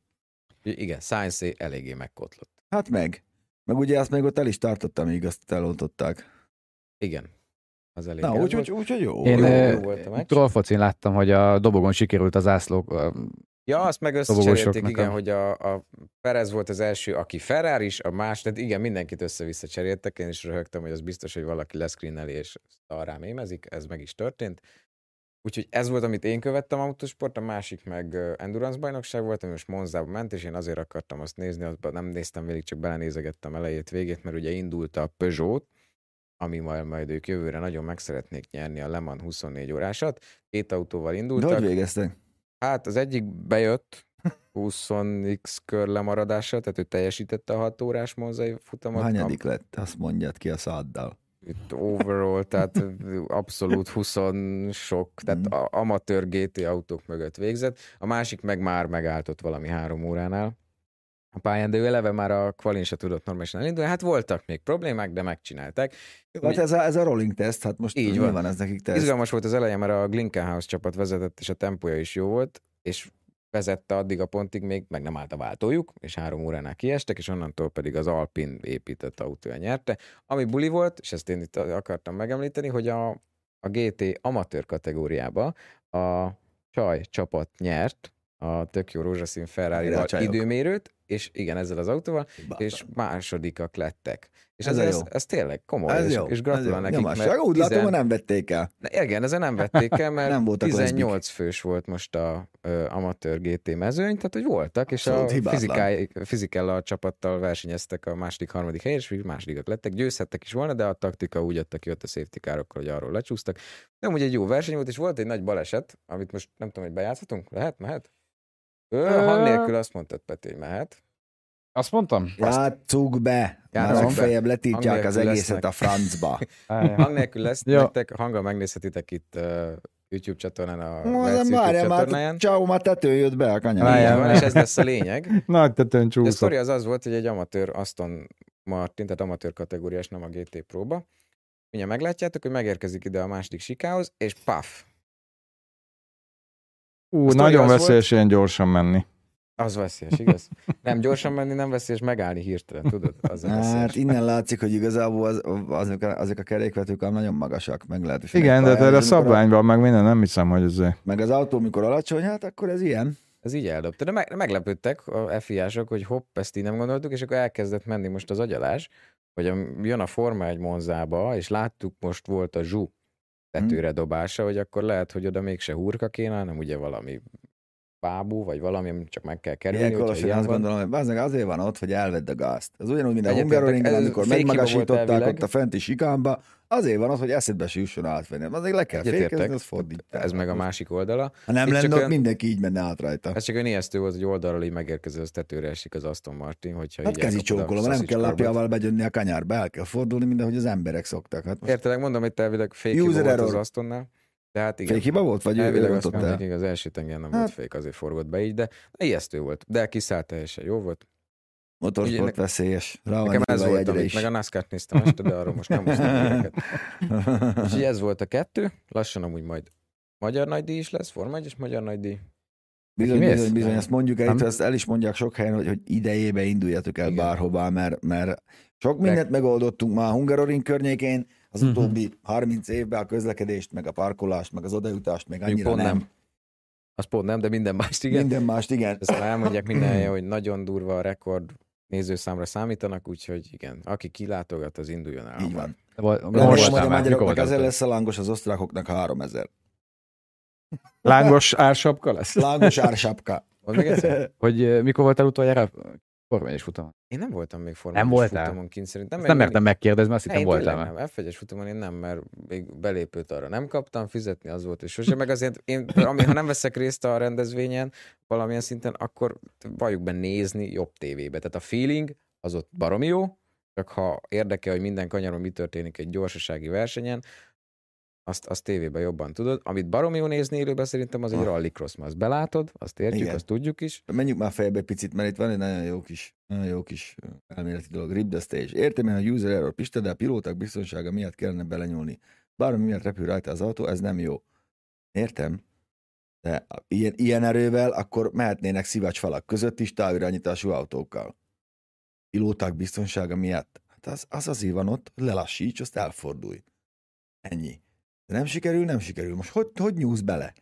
Speaker 4: igen, Science eléggé megkotlott.
Speaker 3: Hát meg. Meg ugye azt még ott el is tartottam, míg azt elontották.
Speaker 4: Igen, az elég.
Speaker 3: Na,
Speaker 4: gáz
Speaker 3: úgyhogy
Speaker 4: volt.
Speaker 3: úgy, úgy, jó.
Speaker 2: Én
Speaker 4: jó,
Speaker 2: ö,
Speaker 4: jó volt a meccs.
Speaker 2: trollfocin láttam, hogy a dobogon sikerült az ászló. ö,
Speaker 4: Ja, azt meg összecserélték,
Speaker 2: Dobogósoknak
Speaker 4: igen,
Speaker 2: a-
Speaker 4: hogy a, a Perez volt az első, aki Ferrari is, a más, tehát igen, mindenkit össze-vissza cseréltek, én is röhögtem, hogy az biztos, hogy valaki leszkrinneli és arra émezik, ez meg is történt. Úgyhogy ez volt, amit én követtem autosport, a másik meg ö, endurance bajnokság volt, ami most Monzába ment, és én azért akartam azt nézni, azt nem néztem végig, csak belenézegettem elejét, végét, mert ugye indult a Peugeot, ami majd, majd ők jövőre nagyon meg szeretnék nyerni a Le Mans 24 órásat. Két
Speaker 3: De
Speaker 4: autóval
Speaker 3: hogy
Speaker 4: indultak.
Speaker 3: végeztek?
Speaker 4: Hát az egyik bejött 20x kör lemaradással, tehát ő teljesítette a 6 órás monzai futamot.
Speaker 3: Hányadik lett? Azt mondjad ki a száddal.
Speaker 4: Itt overall, tehát abszolút 20 sok, tehát
Speaker 3: Mhm.
Speaker 4: a, amatőr GT autók mögött végzett. A másik meg már megállt ott valami három óránál a pályán, de ő eleve már a kvalin se tudott normálisan elindulni. Hát voltak még problémák, de megcsinálták.
Speaker 3: Hát ez a, ez a rolling test, hát most
Speaker 4: Így
Speaker 3: Így
Speaker 4: van.
Speaker 3: van. ez nekik teszt.
Speaker 4: Izgalmas volt az eleje, mert a Glinkenhaus csapat vezetett, és a tempója is jó volt, és vezette addig a pontig, még meg nem állt a váltójuk, és három óránál kiestek, és onnantól pedig az Alpin épített autója nyerte. Ami buli volt, és ezt én itt akartam megemlíteni, hogy a, a GT amatőr kategóriába a csaj csapat nyert a tök jó rózsaszín
Speaker 3: Hajrá,
Speaker 4: Ferrari
Speaker 3: csajok.
Speaker 4: időmérőt, és igen, ezzel az autóval, és másodikak lettek. És ez,
Speaker 3: Ez a
Speaker 4: ez,
Speaker 3: jó.
Speaker 4: ez tényleg komoly,
Speaker 3: ez
Speaker 4: és,
Speaker 3: jó.
Speaker 4: és gratulál
Speaker 3: ez jó.
Speaker 4: nekik,
Speaker 3: Nyomásság. Úgy látom, hogy nem vették el.
Speaker 4: Na, Igen, ezen nem vették el, mert
Speaker 3: Nem
Speaker 4: nem
Speaker 3: voltak
Speaker 4: 18 fős volt most a ö, amatőr GT mezőny, tehát hogy voltak, és
Speaker 3: Abszolút
Speaker 4: a
Speaker 3: hibátlan.
Speaker 4: fizikai, fizikella csapattal versenyeztek a második, harmadik helyen, és végül másodikak lettek, győzhettek is volna, de a taktika úgy adta ki ott a safety károkkal, hogy arról lecsúsztak. De amúgy egy jó verseny volt, és volt egy nagy baleset, amit most nem tudom, hogy bejátszhatunk? Lehet? Mehet? Ö,
Speaker 2: Ö,
Speaker 4: hang nélkül azt mondtad, Peti, hogy mehet.
Speaker 2: Azt mondtam?
Speaker 3: Játsszuk be! Már
Speaker 4: Játsszuk
Speaker 3: legfeljebb letítják
Speaker 4: Hang
Speaker 3: az
Speaker 4: nélkül
Speaker 3: egészet a
Speaker 4: lesznek.
Speaker 3: francba.
Speaker 2: Á,
Speaker 4: Hang nélkül lesz,
Speaker 2: Jó.
Speaker 4: nektek, hanggal megnézhetitek itt ö, YouTube csatornán, a Verc
Speaker 3: Mondom,
Speaker 4: YouTube
Speaker 3: várjál
Speaker 4: csatornáján.
Speaker 3: már, csáó, már tetőn jött be a kanyar.
Speaker 1: Várjál
Speaker 4: Így van,
Speaker 1: már.
Speaker 4: és ez lesz a lényeg.
Speaker 1: Nagy tetőn
Speaker 4: De a
Speaker 1: csúszott.
Speaker 4: sztori az az volt, hogy egy amatőr Aston Martin, tehát amatőr kategóriás, nem a GT próba. Ugye meglátjátok, hogy megérkezik ide a második sikához, és paf,
Speaker 1: Ú,
Speaker 4: a sztori
Speaker 1: nagyon
Speaker 4: az volt-
Speaker 1: veszélyes ilyen gyorsan menni.
Speaker 4: az veszélyes, igaz? Nem gyorsan menni, nem veszélyes, megállni hirtelen, tudod? Az a
Speaker 3: Hát
Speaker 4: veszélyes.
Speaker 3: innen látszik, hogy igazából az, azok, a- azok a kerékvetők ám nagyon magasak, meg lehet. is
Speaker 1: Igen, de hát
Speaker 3: megpályázni,
Speaker 1: erre
Speaker 3: és amikor a-
Speaker 1: szabványban meg minden, nem hiszem, hogy ez...
Speaker 3: Meg az autó, mikor alacsony, hát akkor ez ilyen.
Speaker 4: Ez így eldobta. De meg, meglepődtek a FIA-sok, hogy hopp, ezt így nem gondoltuk, és akkor elkezdett menni most az agyalás, hogy a, jön a Forma egy Monzába, és láttuk, most volt a zsú
Speaker 3: Hm.
Speaker 4: tetőre dobása, hogy akkor lehet, hogy oda mégse hurka kéne, hanem ugye valami bábú, vagy valami, amit csak meg kell kerülni.
Speaker 3: Ilyenkor
Speaker 4: hogyha
Speaker 3: lassan
Speaker 4: ilyen
Speaker 3: azt
Speaker 4: van.
Speaker 3: gondolom, hogy bázzeg, azért van ott, hogy elvedd a gázt. Ez ugyanúgy, mint a
Speaker 4: Egyetértek,
Speaker 3: Hungaroringen,
Speaker 4: ez
Speaker 3: amikor
Speaker 4: fékhiba volt
Speaker 3: megmagasították
Speaker 4: elvileg.
Speaker 3: ott a fenti sikánba, azért van ott, hogy eszedbe se jusson átvenni. Azért le kell
Speaker 4: Egyetértek.
Speaker 3: fékezni, az fordítja.
Speaker 4: Ez meg a másik oldala.
Speaker 3: Ha nem
Speaker 4: Itt csak
Speaker 3: lenne ott,
Speaker 4: olyan-
Speaker 3: mindenki így menne át rajta.
Speaker 4: Ez csak olyan ijesztő volt, hogy oldalról így megérkező, az tetőre esik az Aston Martin, hogyha
Speaker 3: Hát
Speaker 4: így
Speaker 3: kezi
Speaker 4: elkapod a
Speaker 3: csókolom, nem
Speaker 4: sausage
Speaker 3: kell
Speaker 4: carbot.
Speaker 3: lapjával begyönni a kanyárba, el kell fordulni, mint ahogy az emberek szoktak. Hát most
Speaker 4: Értelek, mondom, hogy te elvileg fékhiba
Speaker 3: User
Speaker 4: volt az
Speaker 3: error.
Speaker 4: Astonnál. De hát igen.
Speaker 3: fékhiba volt, vagy ő
Speaker 4: Elvileg
Speaker 3: ő
Speaker 4: azt
Speaker 3: ott
Speaker 4: mondták,
Speaker 3: el?
Speaker 4: igen, az első tengelyen nem
Speaker 3: Hát-
Speaker 4: volt fék, azért forgott be így, de ijesztő volt. De kiszállt teljesen, jó volt. Ugye
Speaker 3: Motorsport
Speaker 4: ne-
Speaker 3: veszélyes. Rá van
Speaker 4: Nekem
Speaker 3: írva
Speaker 4: ez volt,
Speaker 3: jegyre
Speaker 4: amit,
Speaker 3: is.
Speaker 4: meg a NASCAR-t néztem este, de arról most nem hoztam híreket. Úgyhogy ez volt a kettő, lassan amúgy majd Magyar nagydíj is lesz, Forma 1 és Magyar nagydíj.
Speaker 3: Bizony,
Speaker 2: Ki mész?
Speaker 3: bizony, bizony, ezt mondjuk el,
Speaker 2: Nem?
Speaker 3: itt ezt el is mondják sok helyen, hogy, hogy idejébe induljatok el
Speaker 4: Igen.
Speaker 3: Igen. bárhová, mert, mert sok mindent megoldottunk már Hungaroring környékén, az
Speaker 2: Mhm.
Speaker 3: utóbbi 30 évben a közlekedést, meg a parkolást, meg az odajutást, meg
Speaker 4: Mondjuk
Speaker 3: annyira
Speaker 4: pont nem.
Speaker 3: nem.
Speaker 4: Az pont nem, de minden más igen.
Speaker 3: Minden mást, igen.
Speaker 4: Ezt már elmondják minden helyen, hogy nagyon durva a rekord nézőszámra számítanak, úgyhogy igen, aki kilátogat, az induljon el.
Speaker 3: Így van.
Speaker 2: Hol
Speaker 3: Most
Speaker 2: voltál
Speaker 3: hogy a
Speaker 2: már? Mikor
Speaker 3: magyaroknak ezer
Speaker 2: voltál?
Speaker 3: lesz a lángos, az osztrákoknak 3000.
Speaker 1: Lángos ársapka lesz?
Speaker 3: Lángos ársapka.
Speaker 4: Mondd még egyszer?
Speaker 2: Hogy ö, mikor voltál utoljára? Formányos futam.
Speaker 4: Én nem voltam még formában.
Speaker 2: voltál?
Speaker 4: futamon kint szerintem.
Speaker 2: Nem,
Speaker 4: mert
Speaker 2: nem mertem megkérdezni, mert azt
Speaker 4: Ne,
Speaker 2: hittem
Speaker 4: én
Speaker 2: voltál
Speaker 4: tényleg
Speaker 2: már.
Speaker 4: nem. F1-es futamon én nem, mert még belépőt arra nem kaptam, fizetni az volt, és sose. Meg azért, én, ami, ha nem veszek részt a rendezvényen valamilyen szinten, akkor valljuk be nézni jobb tévébe. Tehát a feeling az ott baromi jó, csak ha érdekel, hogy minden kanyaron mi történik egy gyorsasági versenyen, azt, azt tévében jobban tudod. Amit baromi jó nézni élőben szerintem az egy
Speaker 3: Ah.
Speaker 4: rallycross, mert azt belátod, azt értjük,
Speaker 3: Igen.
Speaker 4: azt tudjuk is.
Speaker 3: Menjünk már fejbe egy picit, mert itt van egy nagyon jó kis, nagyon jó kis elméleti dolog. Rip the stage. Értem én, hogy user error pista, de a pilóták biztonsága miatt kellene belenyúlni. Bármi miatt repül rajta az autó, ez nem jó. Értem? De a- ilyen, ilyen erővel akkor mehetnének szivacsfalak között is távirányítású autókkal. Pilóták biztonsága miatt. Hát az, az azért van ott, hogy lelassíts, azt elfordulj. Ennyi. De nem sikerül, nem sikerül. Most hogy, hogy nyúlsz bele?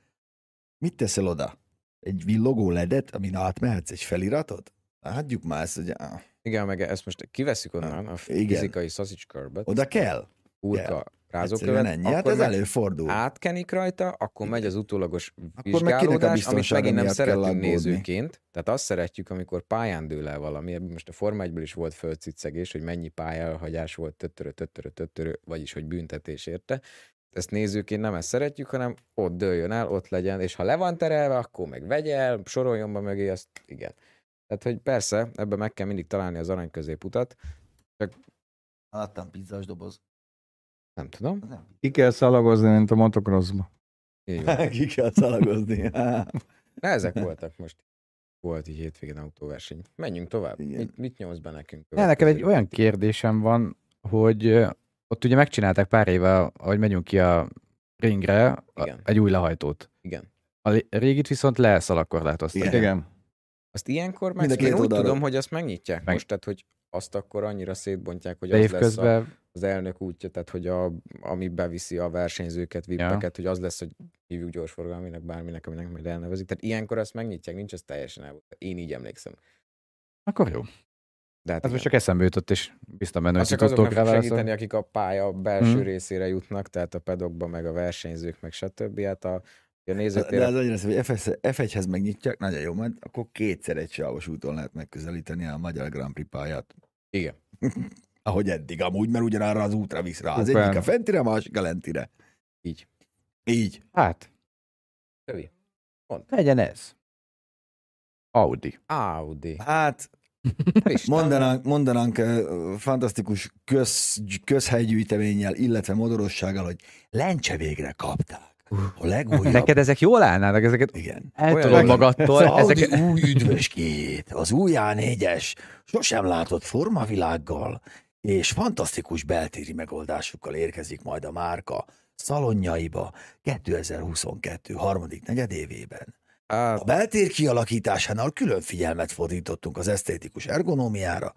Speaker 3: Mit teszel oda? egy villogó ledet, amin átmehetsz egy feliratot? Látjuk már ezt, hogy á,
Speaker 4: Igen, meg ezt most kiveszük onnan, a
Speaker 3: Ah, Igen.
Speaker 4: fizikai sausage körbet,
Speaker 3: oda kell.
Speaker 4: kurka,
Speaker 3: Egyszerűen
Speaker 4: rázókövet,
Speaker 3: ennyi. Hát ez
Speaker 4: meg-
Speaker 3: előfordul.
Speaker 4: átkenik rajta, akkor megy az utólagos
Speaker 3: meg kinek a
Speaker 4: vizsgálódás, amit
Speaker 3: biztonsága
Speaker 4: megint nem
Speaker 3: miatt kell
Speaker 4: szeretünk
Speaker 3: aggódni?
Speaker 4: nézőként. Tehát azt szeretjük, amikor pályán dől el valami, ebből most a Forma 1-ből is volt fölcicegés, hogy mennyi pályahagyás volt, töttörő, töttörő, töttörő, vagyis hogy büntetés érte. Ezt nézőként nem ezt szeretjük, hanem ott dőljön el, ott legyen, és ha le van terelve, akkor meg vegye el, soroljon be mögé, azt igen. Tehát, hogy persze, ebben meg kell mindig találni az arany középutat,
Speaker 3: Láttam pizzás doboz.
Speaker 4: nem tudom.
Speaker 3: Az nem
Speaker 1: Ki kell szalagozni, mint a motocrossba.
Speaker 4: Így van.
Speaker 3: pizza. Ki kell szalagozni. Hát, Há.
Speaker 4: Na, ezek voltak most. Volt így hétvégén autóverseny. Menjünk tovább.
Speaker 3: Igen.
Speaker 4: Mit, mit nyomsz be nekünk?
Speaker 2: Ne, nekem egy
Speaker 4: következő?
Speaker 2: olyan kérdésem van, hogy ö, ott ugye megcsinálták pár éve, ahogy megyünk ki a ringre, a-
Speaker 4: Igen.
Speaker 2: egy új lehajtót.
Speaker 4: Igen.
Speaker 2: A li- régit viszont leszalakkorlátoztak.
Speaker 3: Igen.
Speaker 1: Igen.
Speaker 4: Azt ilyenkor
Speaker 3: Mind a
Speaker 4: meg én
Speaker 3: két
Speaker 4: úgy
Speaker 3: oldalról.
Speaker 4: tudom, hogy azt megnyitják
Speaker 2: Meg-
Speaker 4: most, tehát hogy azt akkor annyira szétbontják, hogy
Speaker 2: De
Speaker 4: az lesz a,
Speaker 2: évközben
Speaker 4: az elnök útja, tehát hogy a, ami beviszi a versenyzőket, vippeket, hogy az lesz, hogy hívjuk gyorsforgalminak, bárminek, aminek majd elnevezik. Tehát ilyenkor azt megnyitják, nincs ez teljesen el. Én így emlékszem.
Speaker 2: Akkor jó.
Speaker 4: De hát
Speaker 2: Ez
Speaker 4: igen.
Speaker 2: most csak eszembe jutott, és biztam benne,
Speaker 4: Azt
Speaker 2: hogy
Speaker 4: csak
Speaker 2: tudtok
Speaker 4: azoknak
Speaker 2: rá
Speaker 4: fog
Speaker 2: válaszolni.
Speaker 4: segíteni, akik a pálya belső
Speaker 2: Mhm.
Speaker 4: részére jutnak, tehát a pedokba, meg a versenyzők, meg stb. Hát a, a
Speaker 3: De
Speaker 4: nézőtére
Speaker 3: az annyira szép, hogy F1 F1-hez megnyitják, nagyon jó, majd akkor kétszer egy sávos úton lehet megközelíteni a Magyar Grand Prix pályát.
Speaker 4: Igen.
Speaker 3: Ahogy eddig, amúgy, mert ugyanarra az útra visz rá. Az
Speaker 1: Szuper.
Speaker 3: egyik a fentire, a másik a lentire.
Speaker 4: Így.
Speaker 3: Így.
Speaker 2: Hát,
Speaker 4: Tövi.
Speaker 2: legyen ez. Audi.
Speaker 4: Audi.
Speaker 3: Hát,
Speaker 4: Isten.
Speaker 3: Mondanánk, mondanánk ö, fantasztikus köz, közhelygyűjteménnyel, illetve modorossággal, hogy lencse végre kapták. A legújabb.
Speaker 2: Neked ezek jól állnának, ezeket
Speaker 3: Igen.
Speaker 2: eltolod
Speaker 4: Olyan-
Speaker 2: magadtól.
Speaker 3: Az Audi
Speaker 2: Ezek...
Speaker 3: új üdvöskét, az új A4-es, sosem látott formavilággal és fantasztikus beltéri megoldásukkal érkezik majd a márka szalonjaiba 2022. harmadik negyedévében. A
Speaker 4: Hát,
Speaker 3: beltér kialakításánál külön figyelmet fordítottunk az esztétikus ergonómiára.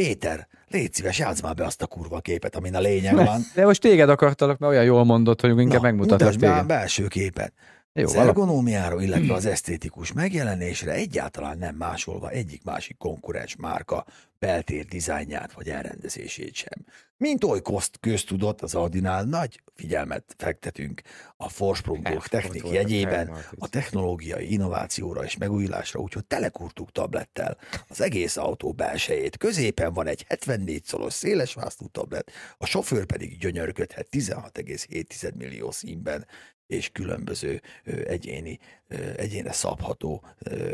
Speaker 3: Péter, légy szíves, játsz már be azt a kurva képet, amin a lényeg van.
Speaker 2: De most téged akartalak, mert olyan jól mondod, hogy inkább megmutatlak
Speaker 3: mutasd be a
Speaker 2: téged.
Speaker 3: belső képet.
Speaker 2: Jó,
Speaker 3: az
Speaker 2: alap.
Speaker 3: ergonómiáról, illetve az esztétikus megjelenésre egyáltalán nem másolva egyik-másik konkurens márka beltér dizájnját vagy elrendezését sem. Mint oly koszt köztudott az Audinál, nagy figyelmet fektetünk a Forsprungok
Speaker 4: ott
Speaker 3: technik
Speaker 4: voltak,
Speaker 3: jegyében,
Speaker 4: elmaradt
Speaker 3: a
Speaker 4: itt.
Speaker 3: technológiai innovációra és megújulásra, úgyhogy telekúrtuk tablettel az egész autó belsejét. Középen van egy 74 szoros szélesvászlú tablet, a sofőr pedig gyönyörködhet 16,7 millió színben és különböző ö, egyéni, ö, egyénre szabható ö,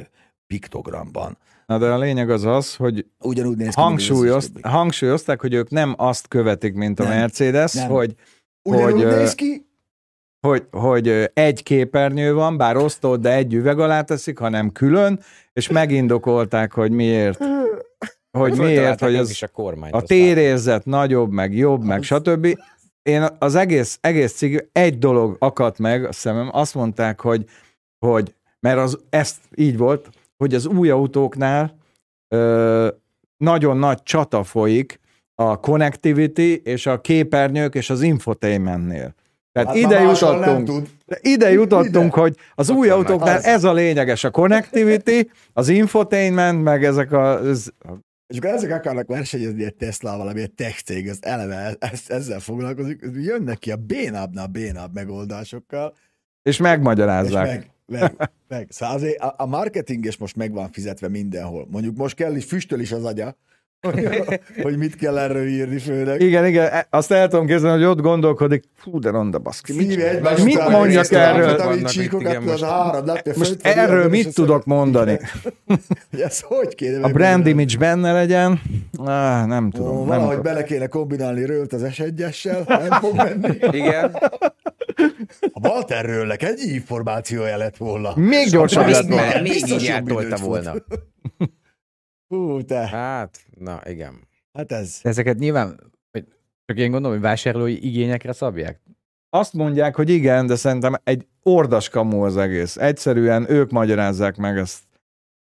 Speaker 3: piktogramban.
Speaker 1: Na de a lényeg az az, hogy
Speaker 3: Ugyanúgy néz ki, mint az összes
Speaker 1: hangsúlyoz,
Speaker 3: többi.
Speaker 1: hangsúlyozták, hogy ők nem azt követik, mint a
Speaker 3: Nem.
Speaker 1: Mercedes,
Speaker 3: Nem.
Speaker 1: hogy
Speaker 3: Ugyanúgy
Speaker 1: hogy,
Speaker 3: néz
Speaker 1: ö,
Speaker 3: ki,
Speaker 1: hogy, hogy ö, egy képernyő van, bár osztott, de egy üveg alá teszik, hanem külön, és megindokolták, hogy miért. Hogy miért, hogy
Speaker 4: ez
Speaker 1: az
Speaker 4: is a kormány.
Speaker 1: a térérzet nagyobb, meg jobb, meg stb. Én az egész, egész cigi, egy dolog akadt meg a szemem, azt mondták, hogy, hogy mert az, ezt így volt, hogy az új autóknál ö, nagyon nagy csata folyik a connectivity és a képernyők és az infotainmentnél. Tehát
Speaker 3: hát
Speaker 1: ide
Speaker 3: már máshol nem
Speaker 1: jutottunk,
Speaker 3: tud. Hát
Speaker 1: de Ide jutottunk, hogy az új
Speaker 4: Akkor
Speaker 1: autóknál
Speaker 3: az.
Speaker 1: ez a lényeges, a connectivity, az infotainment, meg ezek a... Ez,
Speaker 3: És akkor ezek akarnak versenyezni egy Teslával, ami egy tech cég, az eleve ezt, ezzel foglalkozik, jönnek ki a bénábbnál bénább megoldásokkal,
Speaker 1: és megmagyarázzák.
Speaker 3: és meg meg, meg. Szóval azért a, a marketing is most meg van fizetve mindenhol. Mondjuk most kell, is füstöl is az agya, hogy, hogy mit kell erről írni főleg.
Speaker 1: Igen, igen, e- azt el tudom képzelni, hogy ott gondolkodik, fú, de ronda baszki. mit
Speaker 3: Szívj
Speaker 1: csinál?
Speaker 3: egymás
Speaker 1: Mit
Speaker 3: után
Speaker 1: mondjak
Speaker 3: egészen
Speaker 1: erről?
Speaker 3: alkotói
Speaker 4: Vannak itt,
Speaker 3: csíkokat,
Speaker 4: igen,
Speaker 3: tudod,
Speaker 4: most-
Speaker 3: három napja
Speaker 1: Most
Speaker 3: fönt van,
Speaker 1: erről
Speaker 3: ilyen, és
Speaker 1: mit
Speaker 3: azt
Speaker 1: tudok
Speaker 3: mondom,
Speaker 1: mondani?
Speaker 3: Hogy ez hogy kéne?
Speaker 1: A brand image benne legyen? Ah, nem
Speaker 3: Ó,
Speaker 1: tudom.
Speaker 3: valahogy
Speaker 1: Nem
Speaker 3: bele kéne kombinálni rölt az s nem fog menni.
Speaker 4: Igen.
Speaker 3: A Walter Röllnek egy információja lett volna.
Speaker 1: Még gyorsabb
Speaker 3: Még
Speaker 1: lett
Speaker 3: meg.
Speaker 1: volna.
Speaker 4: Még, még
Speaker 3: Biztos
Speaker 4: így
Speaker 3: jobb időt
Speaker 4: eltolta
Speaker 3: fut.
Speaker 4: volna.
Speaker 3: Hú, te,
Speaker 4: Hát, na igen.
Speaker 3: hát ez.
Speaker 2: De ezeket nyilván, vagy csak én gondolom, hogy vásárlói igényekre szabják.
Speaker 1: Azt mondják, hogy igen, de szerintem egy ordas kamu az egész. Egyszerűen ők magyarázzák meg ezt.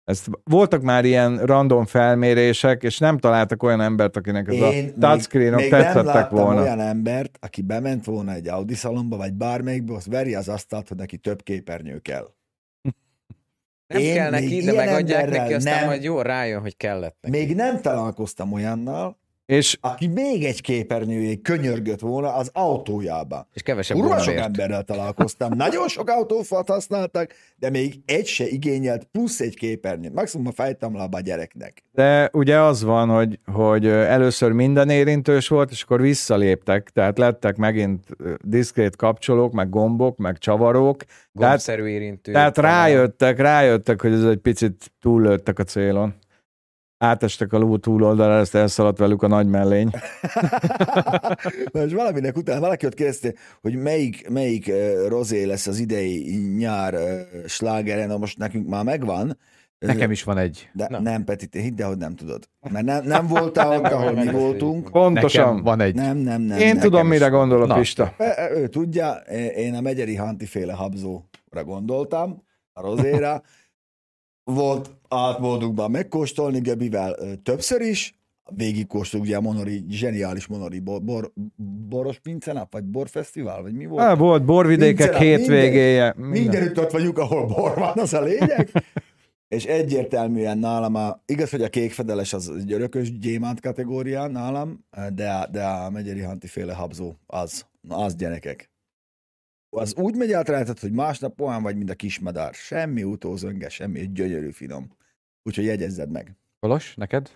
Speaker 1: ezt. Voltak már ilyen random felmérések, és nem találtak olyan embert, akinek ez a
Speaker 3: Én
Speaker 1: touchscreenok
Speaker 3: még nem
Speaker 1: tetszettek
Speaker 3: láttam
Speaker 1: volna.
Speaker 3: olyan embert, aki bement volna egy Audi szalomba, vagy bármelyikbe, az veri az asztalt, hogy neki több képernyő kell.
Speaker 4: Nem
Speaker 3: Én
Speaker 4: kell
Speaker 3: még
Speaker 4: neki, de
Speaker 3: ilyen
Speaker 4: megadják
Speaker 3: emberrel
Speaker 4: neki, aztán
Speaker 3: nem-
Speaker 4: majd jó, rájön, hogy kellett neki.
Speaker 3: Még nem találkoztam olyannal,
Speaker 1: És
Speaker 3: aki még egy képernyőjé könyörgött volna az autójába.
Speaker 4: És kevesebb
Speaker 3: Kurva
Speaker 4: volt
Speaker 3: sok
Speaker 4: miért.
Speaker 3: emberrel találkoztam, nagyon sok autófat használtak, de még egy se igényelt plusz egy képernyőt. Maximum a fejtamlába a gyereknek.
Speaker 1: de ugye az van, hogy, hogy ö, először minden érintős volt, és akkor visszaléptek, tehát lettek megint ö, diszkrét kapcsolók, meg gombok, meg csavarók,
Speaker 4: Gombszerű érintő.
Speaker 1: Tehát
Speaker 4: kamera.
Speaker 1: rájöttek, rájöttek, hogy ez egy picit túllőttek a célon. Átestek a ló túloldalára, ezt elszaladt velük a nagy mellény.
Speaker 3: Most valaminek után valaki ott kérdezte, hogy melyik, melyik eh, rozé lesz az idei nyár eh, slágere, na most nekünk már megvan.
Speaker 2: Nekem is van egy.
Speaker 3: De
Speaker 4: Na.
Speaker 3: nem, Peti, te hidd el, hogy nem tudod. Mert nem, nem voltál ott, ahol mi
Speaker 4: Nem, nem.
Speaker 3: voltunk.
Speaker 2: Nekem
Speaker 1: Pontosan.
Speaker 2: van egy.
Speaker 3: Nem, nem, nem.
Speaker 1: Én
Speaker 3: nekem
Speaker 1: tudom,
Speaker 3: is.
Speaker 1: mire gondolok,
Speaker 2: Na.
Speaker 1: Pista.
Speaker 3: E, e, Ő tudja, e, én a megyeri hantiféle habzóra gondoltam, a rozéra. Volt átmódukban megkóstolni Göbivel ö, többször is, végigkóstoltuk ugye a monori, zseniális monori bor, bor, boros pincenap, vagy borfesztivál, vagy mi volt?
Speaker 1: Á, Volt borvidékek
Speaker 3: Minden-
Speaker 1: hétvégéje. minden.
Speaker 3: Mindenütt ott vagyunk, ahol bor van, az a lényeg. És egyértelműen nálam, a, igaz, hogy a kékfedeles az egy örökös gyémánt kategória nálam, de, a- de a megyeri hantiféle habzó, az, Na, az gyerekek. Az úgy megy át rajtad, hogy másnap olyan vagy, mint a kismadár. Semmi utózönge, semmi, gyönyörű finom. Úgyhogy jegyezzed meg.
Speaker 2: Kolos, neked?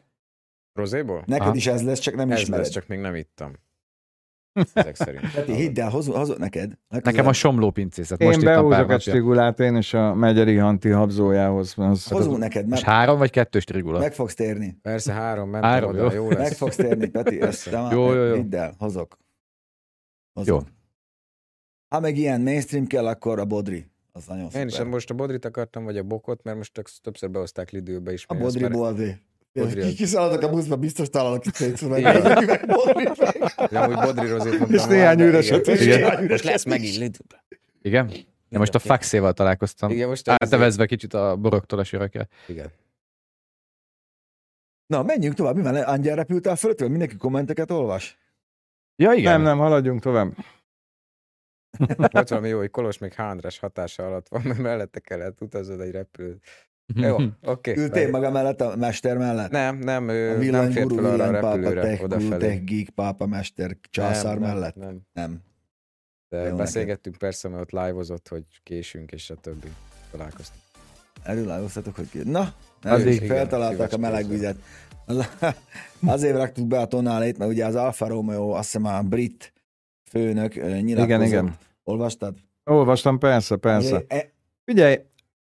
Speaker 4: Rozéból?
Speaker 3: Neked
Speaker 2: Aha.
Speaker 3: is ez lesz, csak nem
Speaker 4: Ez
Speaker 3: ismered.
Speaker 4: lesz, csak még nem ittam. Ezek szerint.
Speaker 3: Peti, hidd el, hozom, hozom neked.
Speaker 2: Nekem a somló pincészet. Most
Speaker 1: Én
Speaker 2: itt a pár
Speaker 1: behúzok a
Speaker 2: napja.
Speaker 1: strigulát, én is a megyeri hanti habzójához. Az-
Speaker 3: Hozunk neked,
Speaker 2: Most
Speaker 3: mert
Speaker 2: három vagy kettős trigula?
Speaker 3: meg fogsz térni.
Speaker 4: Persze három mentem
Speaker 2: Három,
Speaker 4: három, oda,
Speaker 2: jó.
Speaker 4: jó,
Speaker 3: Meg
Speaker 4: lesz.
Speaker 3: fogsz térni, Peti, ezt
Speaker 4: Persze.
Speaker 3: nem
Speaker 2: Jó, jó, jó.
Speaker 3: Hidd el, hozok.
Speaker 2: Jó.
Speaker 3: Ha meg ilyen mainstream kell, akkor a Bodri. Az nagyon
Speaker 4: Én is
Speaker 3: szuper.
Speaker 4: most a Bodrit akartam, vagy a Bokot, mert most tök- többször behozták Lidőbe is.
Speaker 3: a
Speaker 4: mi ezt
Speaker 3: Bodri
Speaker 4: már-
Speaker 3: Boldi.
Speaker 4: Bodri az.
Speaker 3: Ki- Kiszaladok a buszba, biztos találok itt szétszor meg.
Speaker 4: Igen.
Speaker 3: meg Bodri meg.
Speaker 4: Ja, amúgy Bodri Rozét mondtam.
Speaker 1: És néhány
Speaker 4: volna,
Speaker 1: üreset
Speaker 4: igen.
Speaker 1: is.
Speaker 4: Igen.
Speaker 3: Néhány
Speaker 4: Most
Speaker 3: üreset
Speaker 4: lesz
Speaker 3: is.
Speaker 4: megint Lidőbe.
Speaker 2: Igen? Én most a faxéval találkoztam.
Speaker 4: Igen, most
Speaker 2: Átevezve kicsit a boroktól a sörökkel.
Speaker 4: Igen.
Speaker 3: Na, menjünk tovább. Mi van? Angyal repültál fölöttől? Mindenki kommenteket olvas?
Speaker 2: Ja, igen.
Speaker 1: Nem, nem, haladjunk tovább.
Speaker 4: Volt valami jó, hogy Kolos még Hándrás hatása alatt van, mert mellette kellett utaznod egy repülő. Jó, oké.
Speaker 3: Ültél maga mellett, a mester mellett?
Speaker 4: Nem, nem,
Speaker 3: A
Speaker 4: ő nem fért
Speaker 3: villanyguru,
Speaker 4: fel arra a
Speaker 3: villanypápa,
Speaker 4: repülőre,
Speaker 3: tech, guru,
Speaker 4: odafelé.
Speaker 3: tech, geek, pápa, mester, császár
Speaker 4: nem,
Speaker 3: mellett?
Speaker 4: Nem,
Speaker 3: Nem.
Speaker 4: de
Speaker 3: Jó
Speaker 4: beszélgettünk persze, mert ott live-ozott, hogy késünk, és a többi találkoztunk.
Speaker 3: Erről áldoztatok, hogy ki- Na,
Speaker 4: Addig.
Speaker 3: addig
Speaker 4: Igen,
Speaker 3: feltalálták a
Speaker 4: szíves
Speaker 3: meleg
Speaker 4: kézzel.
Speaker 3: vizet. Az- Azért raktuk be a tonálét, mert ugye az Alfa Romeo, azt hiszem a brit főnök ö, nyilatkozott.
Speaker 1: Igen, igen.
Speaker 3: Olvastad?
Speaker 1: Olvastam, persze, persze.
Speaker 3: Ugye, e-
Speaker 1: Figyelj,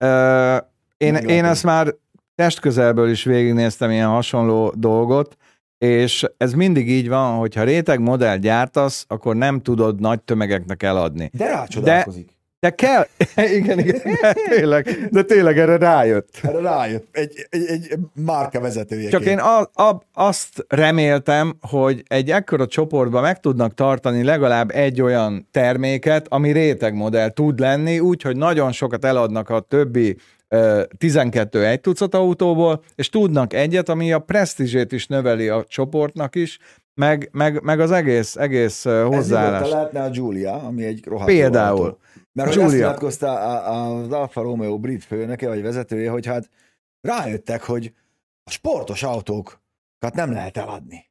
Speaker 1: ö, én, én
Speaker 3: Meglepő.
Speaker 1: ezt már testközelből is végignéztem ilyen hasonló dolgot, és ez mindig így van, hogyha réteg modell gyártasz, akkor nem tudod nagy tömegeknek eladni.
Speaker 3: De rácsodálkozik.
Speaker 1: De kell, igen, igen, de tényleg, de tényleg erre rájött.
Speaker 3: Erre rájött. Egy, egy, egy márka vezetője.
Speaker 1: Csak én a, a, azt reméltem, hogy egy ekkora csoportban meg tudnak tartani legalább egy olyan terméket, ami rétegmodell tud lenni, úgyhogy nagyon sokat eladnak a többi ö, 12 egy tucat autóból, és tudnak egyet, ami a presztízsét is növeli a csoportnak is, meg, meg, meg az egész, egész ö,
Speaker 3: hozzáállás.
Speaker 1: hozzáállás.
Speaker 3: Ez lehetne a Giulia, ami egy rohadt
Speaker 1: Például.
Speaker 3: jó autó. Mert hogy azt
Speaker 1: Giulia.
Speaker 3: nyilatkozta a- a- az Alfa Romeo brit főnöke, vagy vezetője, hogy hát rájöttek, hogy a sportos autókat nem lehet eladni.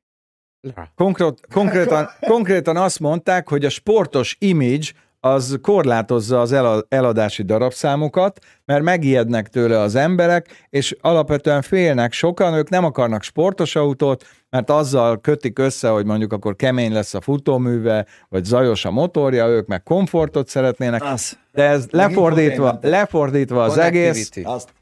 Speaker 1: Konkrét, konkrétan, konkrétan azt mondták, hogy a sportos image az korlátozza az el- eladási darabszámokat, mert megijednek tőle az emberek, és alapvetően félnek sokan, ők nem akarnak sportos autót, mert azzal kötik össze, hogy mondjuk akkor kemény lesz a futóműve, vagy zajos a motorja, ők meg komfortot szeretnének,
Speaker 3: Az.
Speaker 1: de ez
Speaker 3: Megint
Speaker 1: lefordítva,
Speaker 3: infotainment.
Speaker 1: lefordítva az egész,
Speaker 4: Connectivity.
Speaker 3: Azt.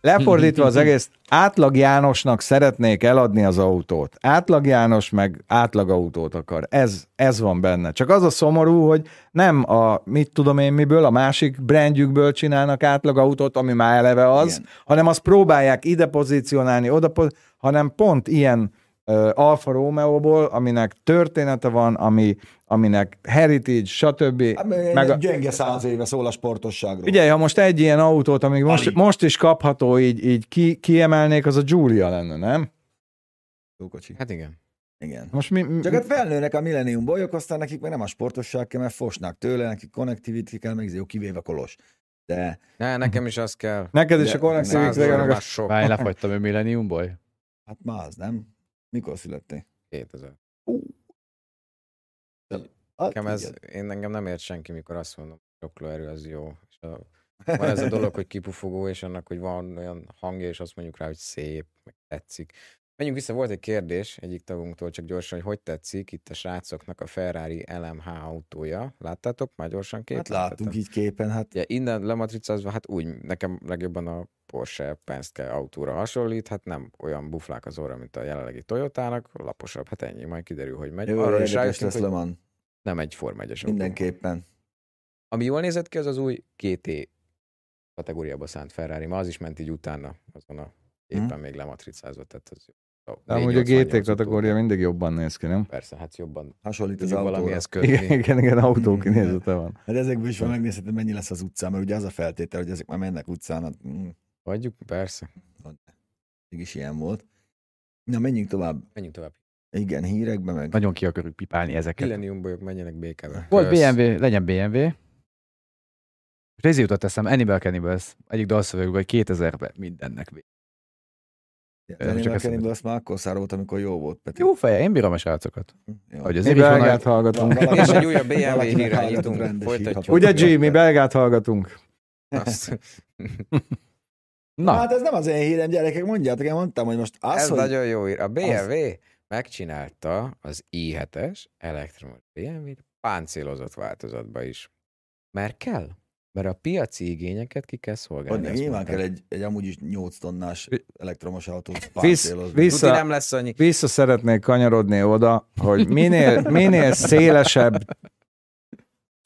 Speaker 1: Lefordítva az egész, átlag Jánosnak szeretnék eladni az autót. Átlag János meg átlag autót akar. Ez, ez van benne. Csak az a szomorú, hogy nem a mit tudom én miből, a másik brandjükből csinálnak átlag autót, ami már eleve az,
Speaker 3: Igen.
Speaker 1: hanem azt próbálják ide pozícionálni, oda poz- hanem pont ilyen ö, Alfa Romeo-ból, aminek története van, ami, aminek heritage, stb.
Speaker 3: Hát, Meg
Speaker 1: meg a-
Speaker 3: gyenge száz éve szól a sportosságról.
Speaker 1: Figyelj, ha most egy ilyen autót, amíg most,
Speaker 3: Alig.
Speaker 1: most is kapható, így, így ki, kiemelnék, az a Giulia lenne, nem?
Speaker 3: Jó kocsi.
Speaker 4: Hát igen.
Speaker 3: Igen.
Speaker 1: Most mi, mi
Speaker 3: Csak hát felnőnek a Millennium bolyok, aztán nekik meg nem a sportosság kell, mert fosnak tőle, nekik connectivity kell, meg jó, kivéve kolos. De
Speaker 4: Ne, nekem is az kell.
Speaker 1: neked is
Speaker 3: de-
Speaker 1: a connectivity
Speaker 4: Száz óra
Speaker 1: meg a
Speaker 4: már sok.
Speaker 2: Várj, lefagytam a Millenniumból.
Speaker 3: hát ma az, nem? Mikor születtél?
Speaker 4: 2000.
Speaker 3: Hát,
Speaker 4: Nekem ez,
Speaker 3: igen.
Speaker 4: én engem nem ért senki, mikor azt mondom, hogy csoklóerő az jó. És a, van ez a dolog, hogy kipufogó, és annak, hogy van olyan hangja, és azt mondjuk rá, hogy szép, meg tetszik. Menjünk vissza, volt egy kérdés egyik tagunktól, csak gyorsan, hogy hogy tetszik itt a srácoknak a Ferrari LMH autója. Láttátok? Már gyorsan két?
Speaker 3: Hát láttunk így képen, hát
Speaker 4: Ugye innen lematricázva, hát úgy, nekem legjobban a Porsche Penske autóra hasonlít, hát nem olyan buflák az óra, mint a jelenlegi Toyotának, laposabb, hát ennyi, majd kiderül, hogy megy.
Speaker 3: jó,
Speaker 4: Arra is
Speaker 3: érdekes
Speaker 4: rájöttünk,
Speaker 3: lesz
Speaker 4: hogy
Speaker 3: Leman.
Speaker 4: nem egy Forma 1-es autó.
Speaker 3: Mindenképpen.
Speaker 4: Ami jól nézett ki, az az új GT kategóriába szánt Ferrari. Ma az is ment így utána, azon a éppen
Speaker 3: Mhm.
Speaker 4: még lematricázva, tehát az jó.
Speaker 1: De amúgy a GT kategória mindig jobban néz ki, nem?
Speaker 4: Persze, hát jobban
Speaker 3: Hasonlít az
Speaker 4: tudjuk
Speaker 3: autóra.
Speaker 4: valamihez
Speaker 1: Igen,
Speaker 4: kötni.
Speaker 1: igen, igen, autó kinézete van.
Speaker 3: Hát ezekből is van megnézheted, mennyi lesz az utcán, mert ugye az a feltétel, hogy ezek már mennek utcán, hát, mm,
Speaker 4: Vagyjuk, persze.
Speaker 3: mégis ilyen volt. Na, menjünk tovább.
Speaker 4: Menjünk tovább.
Speaker 3: Igen, hírekbe meg.
Speaker 2: Nagyon ki akarjuk pipálni ezeket.
Speaker 4: Millennium bolyok menjenek békebe.
Speaker 2: Volt
Speaker 4: Kösz.
Speaker 2: BMW, legyen BMW. Most ez jutott eszem, Animal Cannibals, egyik dalszövegükben, hogy 2000-ben mindennek vége.
Speaker 3: Lenny
Speaker 2: csak
Speaker 3: McKennie-ből
Speaker 2: eszembe-
Speaker 3: azt már akkor szárolt, amikor jó volt, Peti.
Speaker 2: Jó feje, én bírom a srácokat.
Speaker 3: Jó.
Speaker 2: Ahogy az
Speaker 1: Mi
Speaker 2: Év is van,
Speaker 1: belgát
Speaker 2: hogy-
Speaker 1: hallgatunk.
Speaker 3: Van,
Speaker 4: És egy újabb BMW
Speaker 3: Valakinek
Speaker 4: hírre
Speaker 3: hallgatott
Speaker 4: nyitunk.
Speaker 3: rendes
Speaker 4: Folytatjuk.
Speaker 3: hírhapot.
Speaker 1: Ugye, G, mi belgát hallgatunk.
Speaker 4: Azt-
Speaker 2: Na,
Speaker 3: Hát ez nem az én hírem, gyerekek, mondjátok, én mondtam, hogy most az,
Speaker 4: Ez
Speaker 3: hogy...
Speaker 4: nagyon jó ír. A BMW megcsinálta az i7-es elektromos BMW-t páncélozott változatba is. Mert kell. Mert a piaci igényeket ki kell
Speaker 3: Hogy
Speaker 4: szolgálni.
Speaker 3: ne,
Speaker 4: azt
Speaker 3: nyilván
Speaker 4: mondták.
Speaker 3: kell egy, egy amúgy is 8 tonnás elektromos autót
Speaker 1: Visz,
Speaker 3: páncélozni.
Speaker 4: Tuti
Speaker 1: vissza,
Speaker 4: nem lesz annyi.
Speaker 1: vissza szeretnék kanyarodni oda, hogy minél, minél szélesebb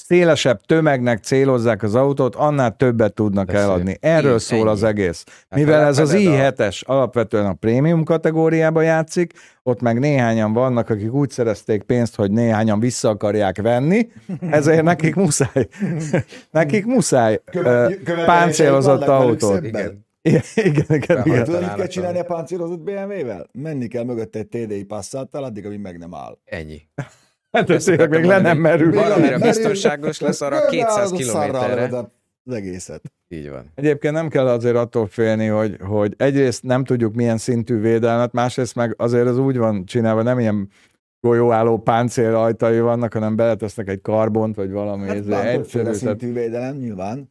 Speaker 1: szélesebb tömegnek célozzák az autót, annál többet tudnak
Speaker 2: De szép.
Speaker 1: eladni. Erről
Speaker 4: Így,
Speaker 1: szól az
Speaker 4: ennyi.
Speaker 1: egész.
Speaker 4: Hát
Speaker 1: Mivel
Speaker 4: ha
Speaker 1: ez az
Speaker 4: lefeded a-
Speaker 1: i7-es alapvetően a prémium kategóriába játszik, ott meg néhányan vannak, akik úgy szerezték pénzt, hogy néhányan vissza akarják venni, ezért nekik muszáj, nekik muszáj ö, páncélozott autót.
Speaker 3: Igen.
Speaker 4: Igen.
Speaker 1: Igen, igen, igen.
Speaker 4: Igen.
Speaker 3: Tudod, mit kell
Speaker 1: igen.
Speaker 4: Találnak
Speaker 3: csinálni a
Speaker 4: valami.
Speaker 3: páncélozott BMW-vel? Menni kell mögötte egy TDI passzáttal, addig, amíg meg nem áll.
Speaker 4: Ennyi.
Speaker 1: Hát ez még
Speaker 4: akartam
Speaker 1: le nem
Speaker 4: mondani.
Speaker 1: merül.
Speaker 4: Valamire
Speaker 3: Merül.
Speaker 4: biztonságos lesz arra a
Speaker 3: Körbeállod
Speaker 4: 200
Speaker 3: szarral
Speaker 4: kilométerre.
Speaker 3: lövöd Az egészet.
Speaker 4: Így van.
Speaker 1: Egyébként nem kell azért attól félni, hogy, hogy egyrészt nem tudjuk milyen szintű védelmet, másrészt meg azért az úgy van csinálva, nem ilyen golyóálló páncél ajtai vannak, hanem beletesznek egy karbont, vagy valami
Speaker 3: Hát
Speaker 1: hát,
Speaker 3: bár
Speaker 1: egyszerű.
Speaker 3: többféle
Speaker 1: Tehát
Speaker 3: szintű védelem, nyilván.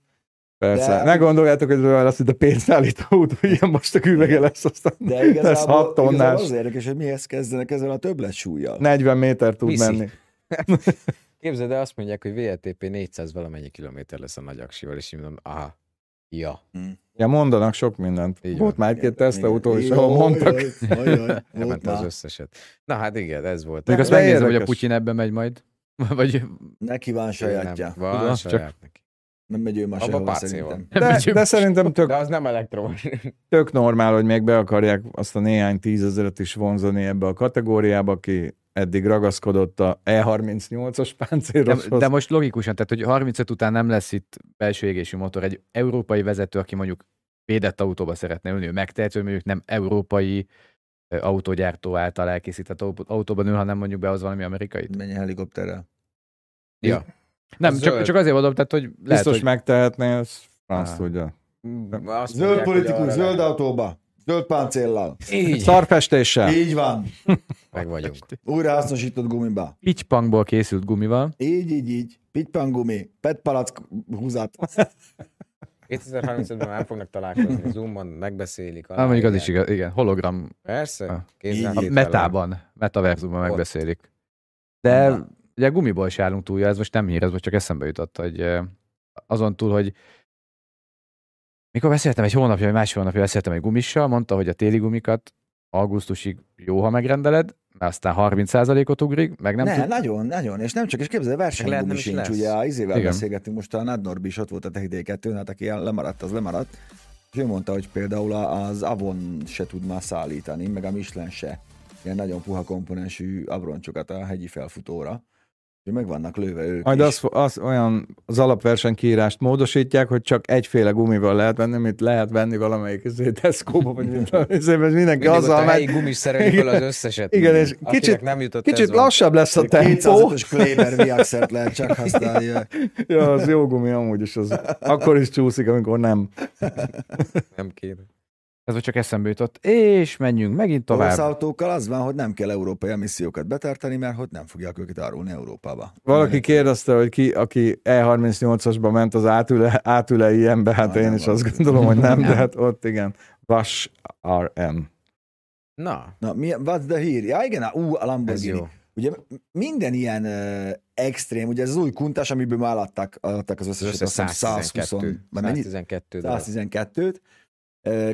Speaker 1: persze.
Speaker 3: de-
Speaker 1: Ne gondoljátok, hogy ez olyan lesz, mint a pénztállító út, hogy ilyen most a üvege lesz, aztán
Speaker 3: De
Speaker 1: lesz 6
Speaker 3: igazából, igazából
Speaker 1: tonnás.
Speaker 3: az érdekes, hogy mihez kezdenek ezzel a többlet súlyjal.
Speaker 1: 40 méter tud
Speaker 4: Viszi.
Speaker 1: menni.
Speaker 4: Képzeld el, azt mondják, hogy VLTP 400 valamennyi kilométer lesz a nagy aksival, és így mondom, aha, ja.
Speaker 1: Ja, mondanak sok mindent.
Speaker 4: Így
Speaker 1: Volt
Speaker 4: van.
Speaker 1: már egy-két tesztautó is,
Speaker 3: Igen.
Speaker 1: ahol
Speaker 3: Jaj,
Speaker 1: mondtak.
Speaker 3: jaj, jaj, jaj, volt
Speaker 4: Elment hát az
Speaker 3: már.
Speaker 4: összeset. Na hát igen, ez volt.
Speaker 2: még azt
Speaker 1: de
Speaker 2: megnézem, hogy a
Speaker 1: érdekes.
Speaker 2: Putyin ebben megy majd. Vagy
Speaker 3: Ne kíván sajátja.
Speaker 4: Nem, Van
Speaker 2: Tudod,
Speaker 4: saját neki.
Speaker 3: Nem megy ő ma
Speaker 4: Abba
Speaker 3: sehova
Speaker 4: pácél
Speaker 3: szerintem.
Speaker 4: van.
Speaker 1: De, de szerintem tök
Speaker 4: De az nem elektromos.
Speaker 1: tök normál, hogy még be akarják azt a néhány tízezeret is vonzani ebbe a kategóriába, aki eddig ragaszkodott a E38-as
Speaker 2: de,
Speaker 1: páncéloshoz.
Speaker 2: de, most logikusan, tehát hogy 35 után nem lesz itt belső égésű motor. Egy európai vezető, aki mondjuk védett autóba szeretne ülni, ő megtehető, hogy mondjuk nem európai ö, autógyártó által elkészített au- autóban ül, hanem mondjuk behoz valami amerikait.
Speaker 3: Menj helikopterrel.
Speaker 4: ja.
Speaker 2: Nem,
Speaker 4: zöld.
Speaker 2: csak, csak azért mondom, tehát hogy lehet,
Speaker 1: Biztos
Speaker 2: hogy
Speaker 1: megtehetné, ezt franc
Speaker 2: Á.
Speaker 1: tudja.
Speaker 4: Azt
Speaker 3: Zöld
Speaker 4: mondják, hogy
Speaker 3: politikus,
Speaker 4: arra
Speaker 3: zöld
Speaker 4: lehet.
Speaker 3: autóba. Zöld páncéllal.
Speaker 4: Így,
Speaker 1: Szarfestéssel.
Speaker 3: Így van.
Speaker 4: meg vagyunk.
Speaker 3: Újrahasznosított gumiba.
Speaker 2: Pitchpunkból készült gumival.
Speaker 3: Így, így, így. Pitpan gumi, petpalack húzat.
Speaker 4: 2035-ben már fognak találkozni, Zoomon megbeszélik.
Speaker 2: Ah, mondjuk az
Speaker 4: aláírják.
Speaker 2: is igaz, igen, hologram.
Speaker 4: Persze,
Speaker 2: Ah.
Speaker 4: kézzel
Speaker 3: Így.
Speaker 2: A
Speaker 4: hitelem.
Speaker 2: metában, metaverzumban
Speaker 4: Ott.
Speaker 2: megbeszélik. De
Speaker 3: Na.
Speaker 2: ugye gumiból se állunk túl, ez most nem hír, ez most csak eszembe jutott, hogy eh, azon túl, hogy mikor beszéltem egy hónapja, vagy másfél hónapja beszéltem egy gumissal, mondta, hogy a téli gumikat augusztusig jó, ha megrendeled, mert aztán 30%-ot ugrik, meg nem
Speaker 3: ne,
Speaker 2: tud.
Speaker 3: nagyon, nagyon, és nem csak, és képzeld,
Speaker 4: Hát Lehet, nem
Speaker 3: versenygumi
Speaker 4: is
Speaker 3: sincs,
Speaker 4: lesz.
Speaker 3: ugye a izével
Speaker 2: Igen.
Speaker 3: beszélgettünk, most a Nad Norbi is ott volt a Techidé 2 hát aki ilyen lemaradt, az lemaradt, és ő mondta, hogy például a- az Avon se tud már szállítani, meg a Michelin se, ilyen nagyon puha komponensű abroncsokat a hegyi felfutóra, és meg vannak lőve ők
Speaker 1: Majd
Speaker 3: is.
Speaker 1: az, az olyan az alapverseny kiírást módosítják, hogy csak egyféle gumival lehet venni, mint lehet venni valamelyik izé, Tesco-ba, vagy mint a- izé, mert mindenki
Speaker 4: Mindig ott
Speaker 1: azzal
Speaker 4: a helyi
Speaker 1: megy.
Speaker 4: gumis szerelőből az
Speaker 1: Igen.
Speaker 4: összeset.
Speaker 1: Igen,
Speaker 4: minden.
Speaker 1: és
Speaker 4: Akinek
Speaker 1: kicsit-
Speaker 4: nem jutott
Speaker 1: Kicsit
Speaker 4: ez van.
Speaker 1: lassabb lesz a tempó.
Speaker 3: 205-ös Kleber viaxert lehet csak használni.
Speaker 1: Ja, az jó gumi amúgy is, az akkor is csúszik, amikor nem.
Speaker 4: Nem kéne.
Speaker 2: Ez most csak eszembe jutott, és menjünk megint
Speaker 3: Tovább.
Speaker 2: tovább.
Speaker 3: Az autókkal az van, hogy nem kell európai emissziókat betartani, mert hogy nem fogják őket árulni Európába.
Speaker 1: Valaki kérdezte, hogy ki, aki E38-asba ment, az átüle, átüle ilyenbe, hát
Speaker 3: Na,
Speaker 1: én
Speaker 3: nem
Speaker 1: is
Speaker 3: van.
Speaker 1: azt gondolom, hogy nem, de
Speaker 2: Nem.
Speaker 1: hát ott igen. Vas RM.
Speaker 4: Na,
Speaker 3: Na, mi, what's the hír? Ja, igen, á, ú, a
Speaker 4: ez
Speaker 3: Lamborghini.
Speaker 4: jó.
Speaker 3: Ugye minden ilyen uh, extrém, ugye ez az új kuntás, amiből már adták, adták az
Speaker 4: Az
Speaker 3: összeset,
Speaker 4: összes
Speaker 3: azt hiszem
Speaker 4: 112.
Speaker 3: 120, vagy mennyi?
Speaker 4: 112 darab.
Speaker 3: 112-t. Ö,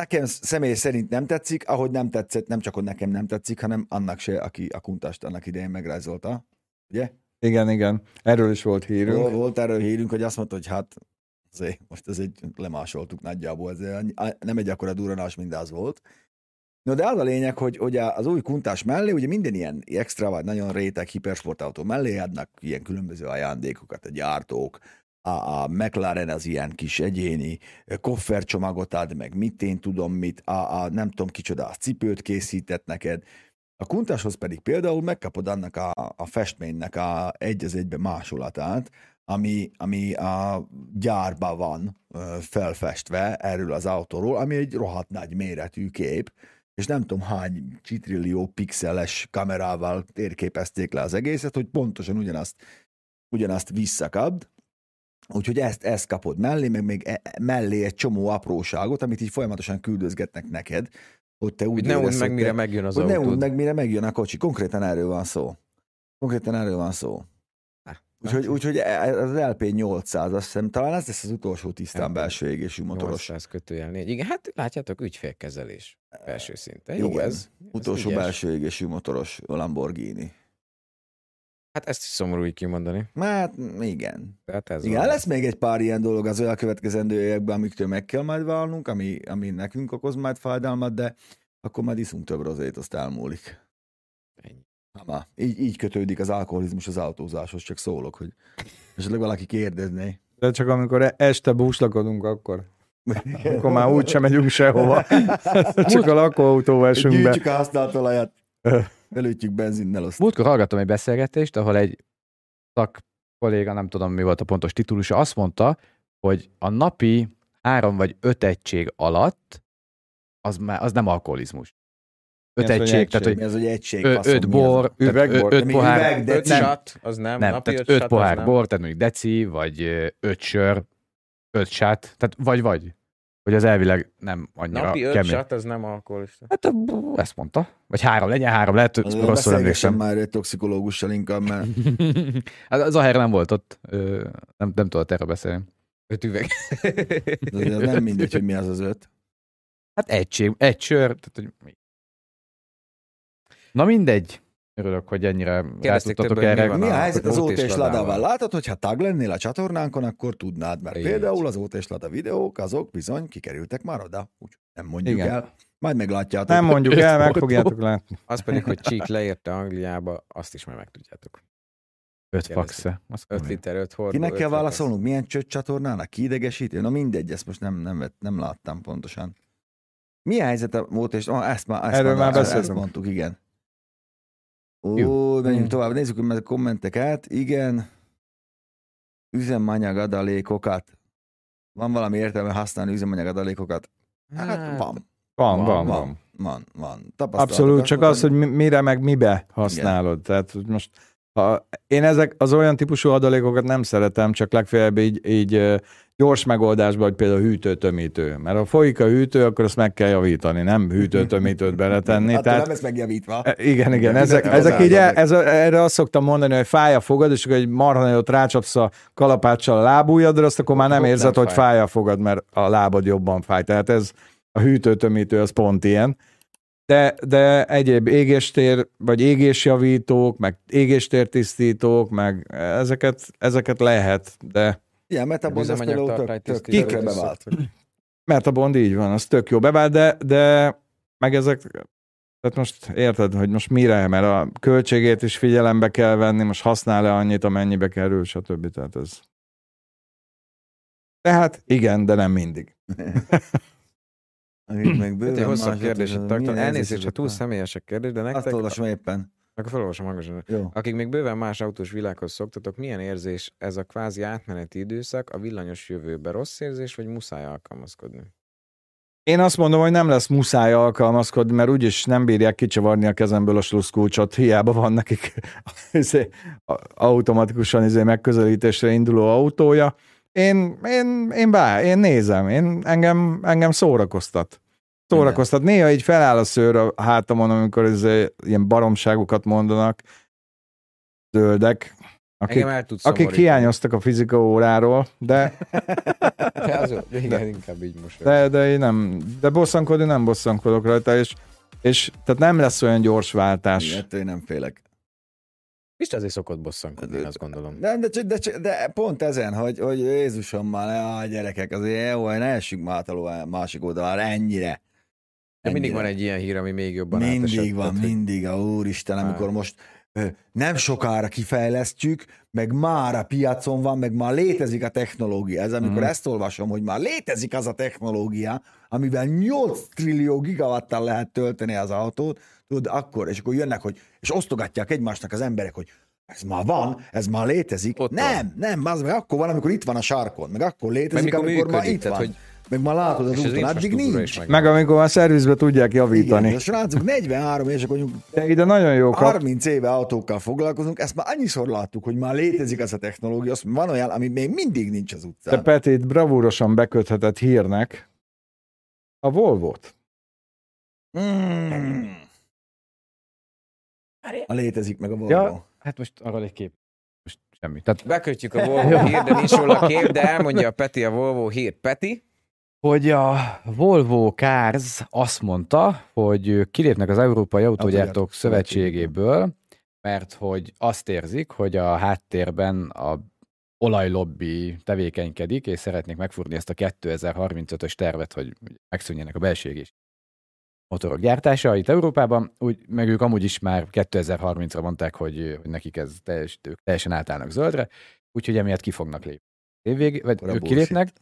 Speaker 3: Nekem személy szerint nem tetszik, ahogy nem tetszett, nem csak, hogy nekem nem tetszik, hanem annak se, aki a kuntást annak idején megrázolta. Ugye?
Speaker 1: Igen, igen. Erről is volt hírünk.
Speaker 3: Hírünk. Volt erről hírünk, hogy azt mondta, hogy hát azért, most ez egy lemásoltuk nagyjából, ez annyi- á- nem egy akkora duranás, mint az volt. No, de az a lényeg, hogy ugye az új kuntás mellé, ugye minden ilyen extra vagy nagyon réteg hipersportautó mellé adnak ilyen különböző ajándékokat a gyártók, a, a McLaren az ilyen kis egyéni ö, koffercsomagot ad, meg mit én tudom mit, a, a nem tudom kicsoda, a cipőt készített neked, a kuntáshoz pedig például megkapod annak a, a festménynek a egy az egybe másolatát, ami, ami a gyárba van ö, felfestve erről az autóról, ami egy rohadt nagy méretű kép, és nem tudom hány csitrillió pixeles kamerával térképezték le az egészet, hogy pontosan ugyanazt, ugyanazt visszakapd, Úgyhogy ezt, ezt kapod mellé, meg még e- mellé egy csomó apróságot, amit így folyamatosan küldözgetnek neked, hogy te úgy
Speaker 4: Úgy ne úgy
Speaker 3: érezd,
Speaker 4: meg,
Speaker 3: hogy
Speaker 4: mire
Speaker 3: te-
Speaker 4: megjön az
Speaker 3: hogy ne
Speaker 4: autód.
Speaker 3: úgy meg, mire megjön a kocsi. Konkrétan erről van szó. Konkrétan erről van szó. Úgyhogy, úgyhogy e- az LP800, azt hiszem, talán ez lesz az utolsó tisztán
Speaker 4: LP800
Speaker 3: belső égésű motoros.
Speaker 4: 800 kötőjel négy. Igen, hát látjátok, ügyfélkezelés belső szinten. Jó
Speaker 3: igen.
Speaker 4: ez. ez
Speaker 3: Utolsó
Speaker 4: ügyes.
Speaker 3: belső égésű motoros Lamborghini.
Speaker 4: Hát ezt is szomorú így kimondani.
Speaker 3: Hát igen.
Speaker 4: Tehát ez
Speaker 3: igen,
Speaker 4: van.
Speaker 3: lesz még egy pár ilyen dolog az elkövetkezendő években, amiktől meg kell majd válnunk, ami, ami nekünk okoz majd fájdalmat, de akkor majd iszunk több rozét, azt elmúlik.
Speaker 4: Ennyi.
Speaker 3: Na, így, így kötődik az alkoholizmus az autózáshoz, csak szólok, hogy esetleg valaki kérdezné.
Speaker 1: De csak amikor este búslakodunk, akkor, akkor már úgy sem megyünk sehova. Csak a lakóautóval esünk be.
Speaker 3: Gyűjtjük a használt olajat, belőjtjük benzinnel azt.
Speaker 2: Múltkor hallgattam egy beszélgetést, ahol egy szak kolléga, nem tudom mi volt a pontos titulusa, azt mondta, hogy a napi három vagy öt egység alatt az, már, az nem alkoholizmus. Öt
Speaker 1: Mi az, hogy
Speaker 2: egység, tehát
Speaker 1: egység?
Speaker 2: hogy
Speaker 3: Mi az, hogy egység?
Speaker 2: ö,
Speaker 3: faszom,
Speaker 2: öt
Speaker 3: mi az?
Speaker 2: bor, tehát
Speaker 1: Üvegbor?
Speaker 2: ö-
Speaker 3: De
Speaker 2: öt
Speaker 3: mi
Speaker 2: pohár,
Speaker 3: üveg,
Speaker 4: Öt
Speaker 3: nem.
Speaker 4: sat, az nem.
Speaker 2: nem,
Speaker 4: napi
Speaker 2: tehát
Speaker 4: öt
Speaker 2: öt
Speaker 4: sat,
Speaker 2: pohár
Speaker 4: az nem.
Speaker 2: bor, tehát mondjuk deci, vagy ö, öt sör, öt sát, tehát vagy vagy. Hogy az elvileg nem annyira
Speaker 4: Napi öt
Speaker 2: kemény.
Speaker 4: sat, az nem alkoholista.
Speaker 2: Hát ö, ezt mondta. Vagy három, legyen három, lehet
Speaker 3: Azért
Speaker 2: rosszul
Speaker 3: beszélgessen
Speaker 2: emlékszem.
Speaker 3: már egy toxikológussal inkább, mert
Speaker 2: Hát az Aher nem volt ott, ö, nem, nem tudott erről beszélni.
Speaker 4: Öt üveg.
Speaker 3: azért az nem mindegy, hogy mi az az öt.
Speaker 2: Hát egység, egy sör. Tehát, hogy... mi. Na mindegy. Örülök, hogy ennyire rá
Speaker 4: Kérdezték
Speaker 2: tudtatok
Speaker 4: többen, mi
Speaker 2: erre.
Speaker 4: van
Speaker 3: Mi a
Speaker 4: Na,
Speaker 3: helyzet az
Speaker 4: Ót
Speaker 3: OT
Speaker 4: és
Speaker 3: és
Speaker 4: Ladával?
Speaker 3: Ladával? Látod, hogyha tag lennél a csatornánkon, akkor tudnád, mert
Speaker 4: Így.
Speaker 3: például az OT és Lada videók, azok bizony kikerültek már oda, úgyhogy nem mondjuk
Speaker 1: Igen.
Speaker 3: el. Majd meglátjátok.
Speaker 1: Nem mondjuk
Speaker 2: Öt
Speaker 1: el, meg
Speaker 2: autó.
Speaker 1: fogjátok látni.
Speaker 4: Az pedig, hogy Csík leérte Angliába, azt is már megtudjátok.
Speaker 2: Öt
Speaker 4: Kérdezték.
Speaker 2: faxe. Azt
Speaker 4: 5
Speaker 2: mondom.
Speaker 4: liter, 5 hordó.
Speaker 3: Kinek
Speaker 4: öt
Speaker 3: kell
Speaker 4: fasz.
Speaker 3: válaszolnunk? Milyen csöcs csatornának? Ki idegesítő? Na mindegy, ezt most nem, nem, vett, nem láttam pontosan. Mi a helyzet a volt, és ah, ezt már, ezt
Speaker 1: Erről már
Speaker 3: ezt-
Speaker 1: beszéltünk.
Speaker 3: Ezt mondtuk, igen.
Speaker 2: Jó.
Speaker 3: Ó, menjünk
Speaker 2: Mm.
Speaker 3: tovább, nézzük meg a kommenteket. Igen, üzemanyag adalékokat. Van valami értelme használni üzemanyag adalékokat? Hát, hát van.
Speaker 1: Van, van,
Speaker 3: van,
Speaker 1: van. van.
Speaker 3: van, van. Tapasztalatok
Speaker 1: Abszolút, csak
Speaker 3: akkor,
Speaker 1: az, hogy mi- mire meg mibe használod. Igen. Tehát hogy most ha, én ezek az olyan típusú adalékokat nem szeretem, csak legfeljebb így, így ö, gyors megoldásban, hogy például hűtő-tömítő. Mert ha folyik a hűtő, akkor azt meg kell javítani, nem hűtő-tömítőt beletenni.
Speaker 3: Attól
Speaker 1: tehát
Speaker 3: nem lesz megjavítva.
Speaker 1: E, Igen, igen,
Speaker 3: Igen,
Speaker 1: ezek,
Speaker 3: mindenki
Speaker 1: ezek így,
Speaker 3: hozzáadod.
Speaker 1: el- ez, a- erre azt szoktam mondani, hogy fáj a fogad, és akkor egy marha nagyot rácsapsz a kalapáccsal a lábújadra, azt akkor már nem
Speaker 2: Ott nem
Speaker 1: érzed, hogy
Speaker 2: fáj.
Speaker 1: fáj a fogad, mert a lábad jobban fáj. Tehát ez a hűtőtömítő, az pont ilyen. De, de egyéb égéstér, vagy égésjavítók, meg égéstértisztítók, meg ezeket, ezeket lehet, de
Speaker 3: Igen, mert a bond az például tök, tök,
Speaker 4: Üzemanyagtartályt
Speaker 3: tökre
Speaker 1: Kik-
Speaker 3: bevált.
Speaker 1: mert a Bond így van, az tök jó bevált, de, de meg ezek, tehát most érted, hogy most mire, mert a költségét is figyelembe kell venni, most használ-e annyit, amennyibe kerül, stb. Tehát ez. Tehát igen, de nem mindig.
Speaker 3: Itt meg
Speaker 4: Itt
Speaker 3: bőven
Speaker 4: Hát, egy hosszabb
Speaker 3: mások is,
Speaker 4: kérdés,
Speaker 3: ez
Speaker 4: tartom.
Speaker 3: milyen
Speaker 4: Elnézést, ha
Speaker 3: érzések
Speaker 4: túl
Speaker 3: vannak?
Speaker 4: személyesek kérdés, de nektek...
Speaker 3: Azt olvasom éppen.
Speaker 4: Akkor felolvasom hangosan.
Speaker 3: Jó.
Speaker 4: Akik még bőven más autós világhoz szoktatok, milyen érzés ez a kvázi átmeneti időszak a villanyos jövőbe? Rossz érzés, vagy muszáj alkalmazkodni?
Speaker 1: Én azt mondom, hogy nem lesz muszáj alkalmazkodni, mert úgyis nem bírják kicsavarni a kezemből a sluszkulcsot, hiába van nekik izé, a- automatikusan izé megközelítésre induló autója. Én, én, én bá, én nézem, én, engem, engem szórakoztat. Szórakoztat. Néha így feláll a szőr a hátamon, amikor izé, ilyen baromságokat mondanak zöldek, akik,
Speaker 4: Engem el tudsz
Speaker 1: akik
Speaker 4: szomorítani.
Speaker 1: hiányoztak a fizika óráról, de
Speaker 4: De az, jó. igen, inkább így most.
Speaker 1: de, de én nem, de bosszankodni nem bosszankodok rajta, és, és tehát nem lesz olyan gyors váltás.
Speaker 3: Igen, Ettől én nem félek.
Speaker 4: Isten azért szokott bosszankodni, én azt gondolom.
Speaker 3: De, de, de, de, de pont ezen, hogy, hogy Jézusom már, ne, á, gyerekek, azért jó, ne essünk már át a ló- másik oldalra, ennyire.
Speaker 4: De mindig
Speaker 3: Ennyire.
Speaker 4: van egy ilyen hír, ami még jobban
Speaker 3: Mindig
Speaker 4: átesett,
Speaker 3: van,
Speaker 4: tehát, hogy-
Speaker 3: mindig, a úristen, amikor
Speaker 4: Á.
Speaker 3: most ö, nem sokára kifejlesztjük, meg már a piacon van, meg már létezik a technológia. Ez amikor
Speaker 1: Mhm.
Speaker 3: ezt olvasom, hogy már létezik az a technológia, amivel 8 trillió gigawattal lehet tölteni az autót, tudod, akkor, és akkor jönnek, hogy, és osztogatják egymásnak az emberek, hogy ez már van, ez már létezik.
Speaker 4: Ott
Speaker 3: Ott
Speaker 4: van.
Speaker 3: nem, nem, az meg akkor van, amikor itt van a sarkon, meg akkor létezik,
Speaker 4: mikor
Speaker 3: amikor, már
Speaker 4: működik,
Speaker 3: itt
Speaker 4: tehát,
Speaker 3: van.
Speaker 4: hogy-
Speaker 3: Meg már látod az
Speaker 4: És az
Speaker 3: úton, addig
Speaker 4: infrastruktúra
Speaker 3: nincs.
Speaker 4: is meg.
Speaker 1: Meg amikor a szervizbe tudják javítani.
Speaker 3: Igen, a srácok 43 és akkor mondjuk
Speaker 1: De ide nagyon jó kap.
Speaker 3: 30 éve autókkal foglalkozunk, ezt már annyiszor láttuk, hogy már létezik az a technológia, azt van olyan, ami még mindig nincs az
Speaker 1: De
Speaker 3: utcán.
Speaker 1: Petit bravúrosan beköthetett hírnek a Volvo-t.
Speaker 3: Mm. A létezik meg a Volvo.
Speaker 2: Ja. Hát most arról egy kép. Most semmi. Tehát,
Speaker 4: Bekötjük a Volvo hír, de nincs róla kép, de elmondja a Peti a Volvo hír. Peti?
Speaker 2: hogy a Volvo Cars azt mondta, hogy ők kilépnek az Európai Autógyártók
Speaker 3: Autógyártók
Speaker 2: Szövetségéből, mert hogy azt érzik, hogy a háttérben a olajlobbi tevékenykedik, és szeretnék megfúrni ezt a 2035-ös tervet, hogy megszűnjenek a belső égés motorok gyártása itt Európában, úgy, meg ők amúgy is már 2030-ra mondták, hogy, hogy nekik ez teljes, ők teljesen átállnak zöldre, úgyhogy emiatt ki fognak lépni. Évvég, vagy
Speaker 3: Akkora
Speaker 2: ők
Speaker 3: bullshit.
Speaker 2: kilépnek,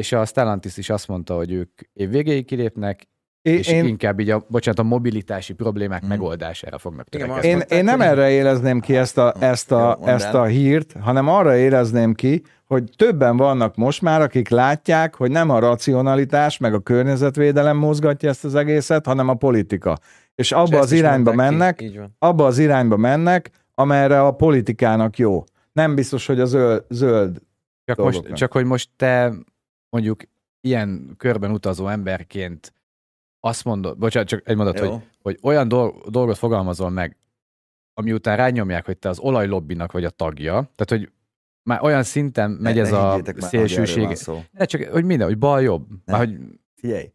Speaker 2: és a Stellantis is azt mondta, hogy ők évvégéig kilépnek,
Speaker 1: Én,
Speaker 2: és én...
Speaker 1: én,
Speaker 2: inkább így a, bocsánat, a mobilitási problémák
Speaker 3: Mhm.
Speaker 2: megoldására fognak
Speaker 4: Igen,
Speaker 2: törekedni.
Speaker 1: én, én nem erre érezném ki ezt a, ezt, a,
Speaker 3: Jó, mondd
Speaker 1: ezt
Speaker 3: el.
Speaker 1: a hírt, hanem arra érezném ki, hogy többen vannak most már, akik látják, hogy nem a racionalitás meg a környezetvédelem mozgatja ezt az egészet, hanem a politika. És
Speaker 4: És
Speaker 1: abba
Speaker 4: ezt
Speaker 1: az
Speaker 4: is
Speaker 1: irányba
Speaker 4: mondták ki.
Speaker 1: mennek,
Speaker 4: Így van.
Speaker 1: abba az irányba mennek, amerre a politikának jó. Nem biztos, hogy a zöld, zöld
Speaker 2: Csak, most,
Speaker 1: dolgoknak.
Speaker 2: csak hogy most te mondjuk ilyen körben utazó emberként azt mondod, bocsánat, csak egy mondat,
Speaker 3: Jó.
Speaker 2: hogy hogy olyan dol- dolgot fogalmazol meg, ami után rányomják, hogy te az olajlobbinak vagy a tagja, tehát hogy már olyan szinten megy
Speaker 3: Ne-
Speaker 2: ez
Speaker 3: ne
Speaker 2: a
Speaker 3: higgyétek már, hogy erről
Speaker 2: szélsőség.
Speaker 3: van szó.
Speaker 2: Ne csak, hogy minden, hogy bal jobb. Már, hogy
Speaker 3: Figyelj,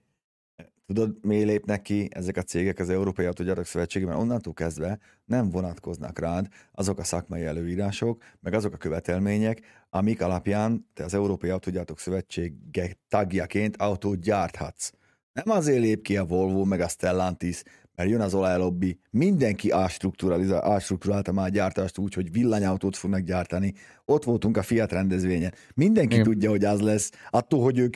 Speaker 3: tudod, mi lépnek ki ezek a cégek az Európai Autógyártók Szövetségében? Onnantól kezdve nem vonatkoznak rád azok a szakmai előírások, meg azok a követelmények, amik alapján te az Európai Autógyártók Szövetsége tagjaként autót gyárthatsz. Nem azért lép ki a Volvo, meg a Stellantis, mert jön az olajlobbi, mindenki ástruktúraliza- ástruktúrálta már a gyártást úgy, hogy villanyautót fognak gyártani. Ott voltunk a Fiat rendezvényen. Mindenki
Speaker 2: Igen.
Speaker 3: tudja, hogy az lesz. Attól, hogy ők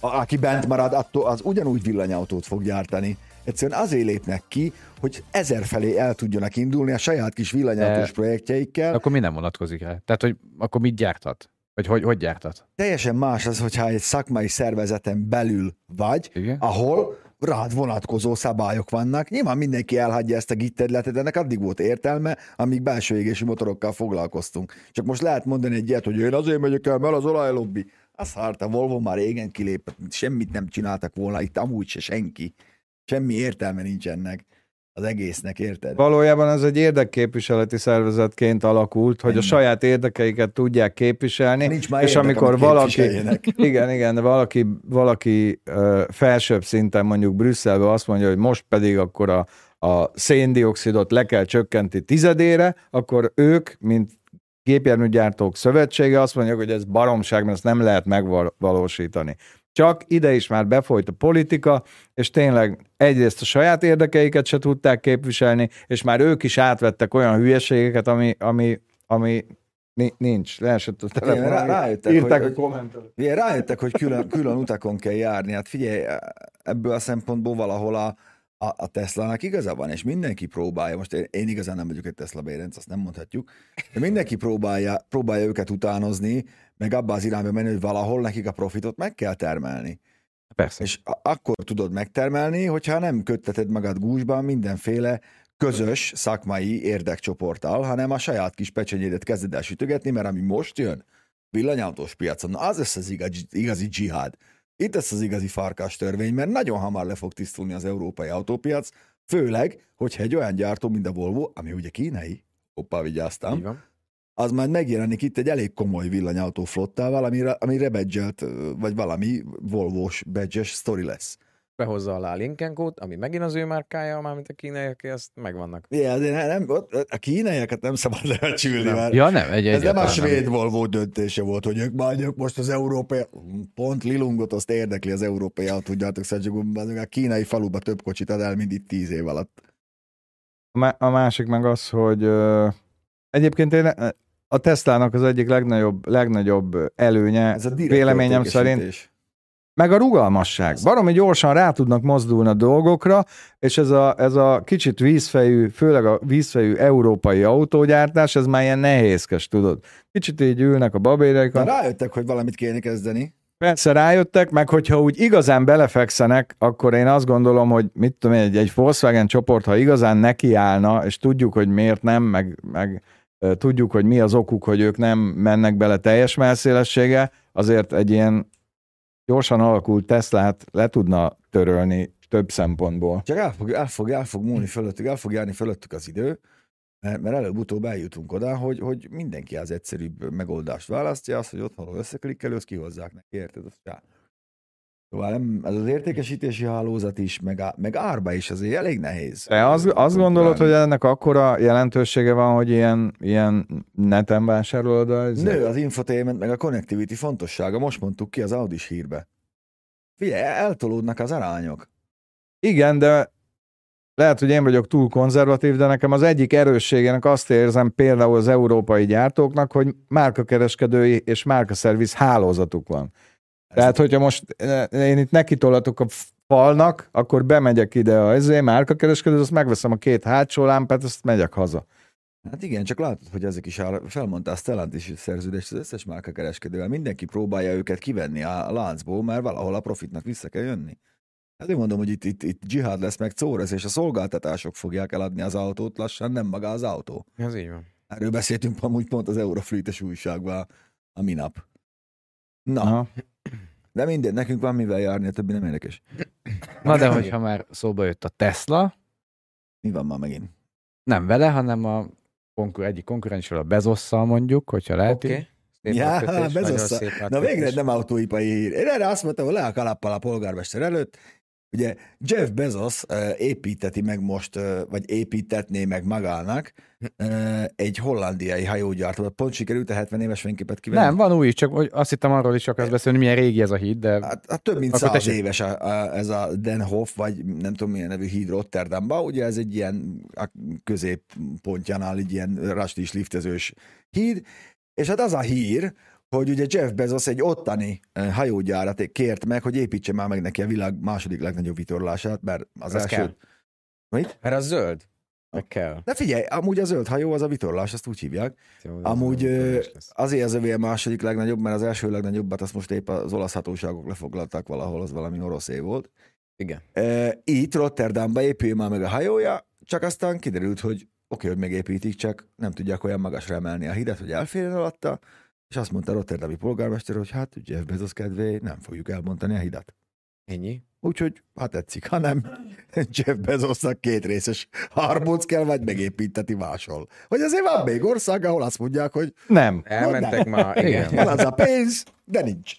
Speaker 3: a- aki bent marad, attól az ugyanúgy villanyautót fog gyártani. Egyszerűen azért lépnek ki, hogy ezer felé el tudjanak indulni a saját kis villanyautós
Speaker 2: De-
Speaker 3: projektjeikkel.
Speaker 2: akkor mi nem vonatkozik rá? Tehát, hogy akkor mit gyártat? Vagy hogy, hogy gyártat?
Speaker 3: Teljesen más az, hogyha egy szakmai szervezeten belül vagy,
Speaker 2: Igen?
Speaker 3: ahol rád vonatkozó szabályok vannak. Nyilván mindenki elhagyja ezt a git területet, ennek addig volt értelme, amíg belső égési motorokkal foglalkoztunk. Csak most lehet mondani egy ilyet, hogy én azért megyek el, mert az olajlobbi. A szárt, a Volvo már régen kilépett, semmit nem csináltak volna, itt amúgy se senki. Semmi értelme nincs ennek az egésznek, érted?
Speaker 1: Valójában ez egy érdekképviseleti szervezetként alakult, hogy a
Speaker 3: Ennyi.
Speaker 1: saját érdekeiket tudják képviselni,
Speaker 3: Nincs már
Speaker 1: és
Speaker 3: érdek,
Speaker 1: amikor
Speaker 3: amit
Speaker 1: valaki,
Speaker 3: képviseljenek.
Speaker 1: igen, igen, de valaki, valaki ö, felsőbb szinten mondjuk Brüsszelben azt mondja, hogy most pedig akkor a, a széndiokszidot le kell csökkenti tizedére, akkor ők, mint gépjárműgyártók szövetsége azt mondják, hogy ez baromság, mert ezt nem lehet megvalósítani. Csak ide is már befolyt a politika, és tényleg egyrészt a saját érdekeiket se tudták képviselni, és már ők is átvettek olyan hülyeségeket, ami, ami, ami ni- nincs. Leesett a
Speaker 3: Hát Igen, rá,
Speaker 1: telefonon,
Speaker 3: rájöttek,
Speaker 1: írták
Speaker 3: hogy,
Speaker 1: a kommentet.
Speaker 3: Ugye rájöttek, hogy külön, külön utakon kell járni. Hát figyelj, ebből a szempontból valahol a, a, a Tesla-nak igaza van, és mindenki próbálja, most én, én igazán nem vagyok egy Tesla bérenc, azt nem mondhatjuk, de mindenki próbálja, próbálja őket utánozni, meg abba az irányba menni, hogy valahol nekik a profitot meg kell termelni.
Speaker 2: Persze.
Speaker 3: És a- akkor tudod megtermelni, hogyha nem kötteted magad gúzsban mindenféle közös szakmai érdekcsoporttal, hanem a saját kis pecsenyédet kezded el sütögetni, mert ami most jön, villanyautós piacon, na az lesz az igazi, igazi dzsihád. Itt lesz az igazi farkas törvény, mert nagyon hamar le fog tisztulni az európai autópiac, főleg, hogyha egy olyan gyártó, mint a Volvo, ami ugye kínai, hoppá, vigyáztam,
Speaker 4: Így van.
Speaker 3: az már megjelenik itt egy elég komoly villanyautó flottával, amire, amire badge vagy valami volvós badge sztori lesz.
Speaker 4: Behozza alá a Lincoln Code, ami megint az ő márkája, mármint a kínaiak, ezt megvannak.
Speaker 3: Igen, de ne- nem, ott, a kínaiakat nem szabad lecsülni, mert
Speaker 2: Ja, nem, egy
Speaker 3: ez nem a
Speaker 2: egyáltalán
Speaker 3: svéd Volvo döntése volt, hogy ők már ők most az európai, pont Lilungot azt érdekli az európai autógyártók, szóval a kínai faluba több kocsit ad el, mint itt tíz év alatt.
Speaker 1: A má- A másik meg az, hogy ö, egyébként én ö, a Teslának az egyik legnagyobb, legnagyobb előnye,
Speaker 3: Ez a direkt
Speaker 1: véleményem
Speaker 3: értékesítés.
Speaker 1: szerint, meg a rugalmasság. Baromi gyorsan rá tudnak mozdulni a dolgokra, és ez a, ez a kicsit vízfejű, főleg a vízfejű európai autógyártás, ez már ilyen nehézkes, tudod. Kicsit így ülnek a
Speaker 3: De
Speaker 1: babéreikon.
Speaker 3: rájöttek, hogy valamit kéne kezdeni.
Speaker 1: Persze rájöttek, meg hogyha úgy igazán belefekszenek, akkor én azt gondolom, hogy mit tudom én, egy, egy Volkswagen csoport, ha igazán nekiállna, és tudjuk, hogy miért nem, meg, meg ö, tudjuk, hogy mi az okuk, hogy ők nem mennek bele teljes melszélessége, azért egy ilyen gyorsan alakult Teslát le tudna törölni több szempontból.
Speaker 3: Csak el fog, el fog, el fog múlni fölöttük, el fog járni fölöttük az idő, mert, mert előbb-utóbb eljutunk oda, hogy, hogy mindenki az egyszerűbb megoldást választja, az, hogy otthonról összeklikkelő, azt kihozzák neki, érted? Azt csá. Szóval nem, ez az értékesítési hálózat is, meg, á- meg árba is azért elég nehéz.
Speaker 1: Te azt, azt gondolod, hogy ennek akkora jelentősége van, hogy ilyen, ilyen neten vásárolod a...
Speaker 3: Nő az infotainment, meg a connectivity fontossága, most mondtuk ki az Audis hírbe. Figyelj, eltolódnak az arányok.
Speaker 1: Igen, de lehet, hogy én vagyok túl konzervatív, de nekem az egyik erősségének azt érzem például az európai gyártóknak, hogy márkakereskedői és márkaszerviz hálózatuk van.
Speaker 3: Ez-
Speaker 1: Tehát, hogyha most eh, én itt nekitolatok a falnak, akkor bemegyek ide a ezért, márkakereskedő, azt megveszem a két hátsó lámpát, azt megyek haza.
Speaker 3: Hát igen, csak látod, hogy ezek is ára, felmondta a Stellantis szerződést az összes márka kereskedővel. Mindenki próbálja őket kivenni a láncból, mert valahol a profitnak vissza kell jönni. Ezért mondom, hogy itt, itt, itt dzsihád lesz, meg córesz, és a szolgáltatások fogják eladni az autót lassan, nem maga az autó.
Speaker 4: Ez így van.
Speaker 3: Erről beszéltünk amúgy pont az Eurofleet-es újságban a minap. Na, Aha.
Speaker 1: Aha.
Speaker 3: de mindegy, nekünk van mivel járni, a többi nem érdekes.
Speaker 2: Na de hogyha már szóba jött a Tesla,
Speaker 3: Mi van már megint?
Speaker 2: nem vele, hanem a konkur- egyik konkurensről, a Bezosszal mondjuk, hogyha lehet.
Speaker 4: Oké.
Speaker 2: így.
Speaker 4: Okay. Szép
Speaker 3: Ja,
Speaker 4: átkötés, nagyon
Speaker 3: Bezosszal.
Speaker 4: szép
Speaker 3: Na
Speaker 4: átkötés.
Speaker 3: végre egy nem autóipari hír. Én erre azt mondtam, hogy le a kalappal a polgármester előtt. Ugye Jeff Bezos eh, építeti meg most, eh, vagy építetné meg magának eh, egy hollandiai hajógyártót. Pont sikerült a 70 éves fényképet kivenni.
Speaker 2: Nem, van új, csak hogy azt hittem arról is akarsz beszélni, milyen régi ez a híd, de
Speaker 3: Hát, hát több mint
Speaker 2: Akkor
Speaker 3: száz
Speaker 2: tessék.
Speaker 3: éves a, a, ez a Den Hof, vagy nem tudom milyen nevű híd Rotterdamba, ugye ez egy ilyen a középpontjánál egy ilyen rastis liftezős híd, és hát az a hír, hogy ugye Jeff Bezos egy ottani eh, hajógyárat kért meg, hogy építse már meg neki a világ második legnagyobb vitorlását, mert az
Speaker 4: Ez
Speaker 3: első...
Speaker 4: kell.
Speaker 3: Mit?
Speaker 4: Mert a zöld. Meg kell.
Speaker 3: De figyelj, amúgy a zöld hajó az a vitorlás, azt úgy hívják.
Speaker 4: Jó, ez
Speaker 3: Amúgy
Speaker 4: nagyon
Speaker 3: ö,
Speaker 4: érdekes lesz.
Speaker 3: azért az övé a második legnagyobb, mert az első legnagyobbat azt most épp az olasz hatóságok lefoglalták valahol, az valami oroszé volt.
Speaker 4: Igen.
Speaker 3: Ö, Itt Rotterdamba épül már meg a hajója, csak aztán kiderült, hogy oké, hogy megépítik, csak nem tudják olyan magasra emelni a hidat, hogy elférjen alatta, és azt mondta a Rotterdami polgármester, hogy hát Jeff Bezos kedvé nem fogjuk elbontani a hidat.
Speaker 4: Ennyi.
Speaker 3: Úgyhogy, ha tetszik, ha nem, Jeff Bezosnak két részes harmóc kell, vagy megépíteti máshol. Hogy azért van még ország, ahol azt mondják, hogy
Speaker 1: Nem.
Speaker 4: Elmentek ma. Igen.
Speaker 3: van az a pénz, de nincs.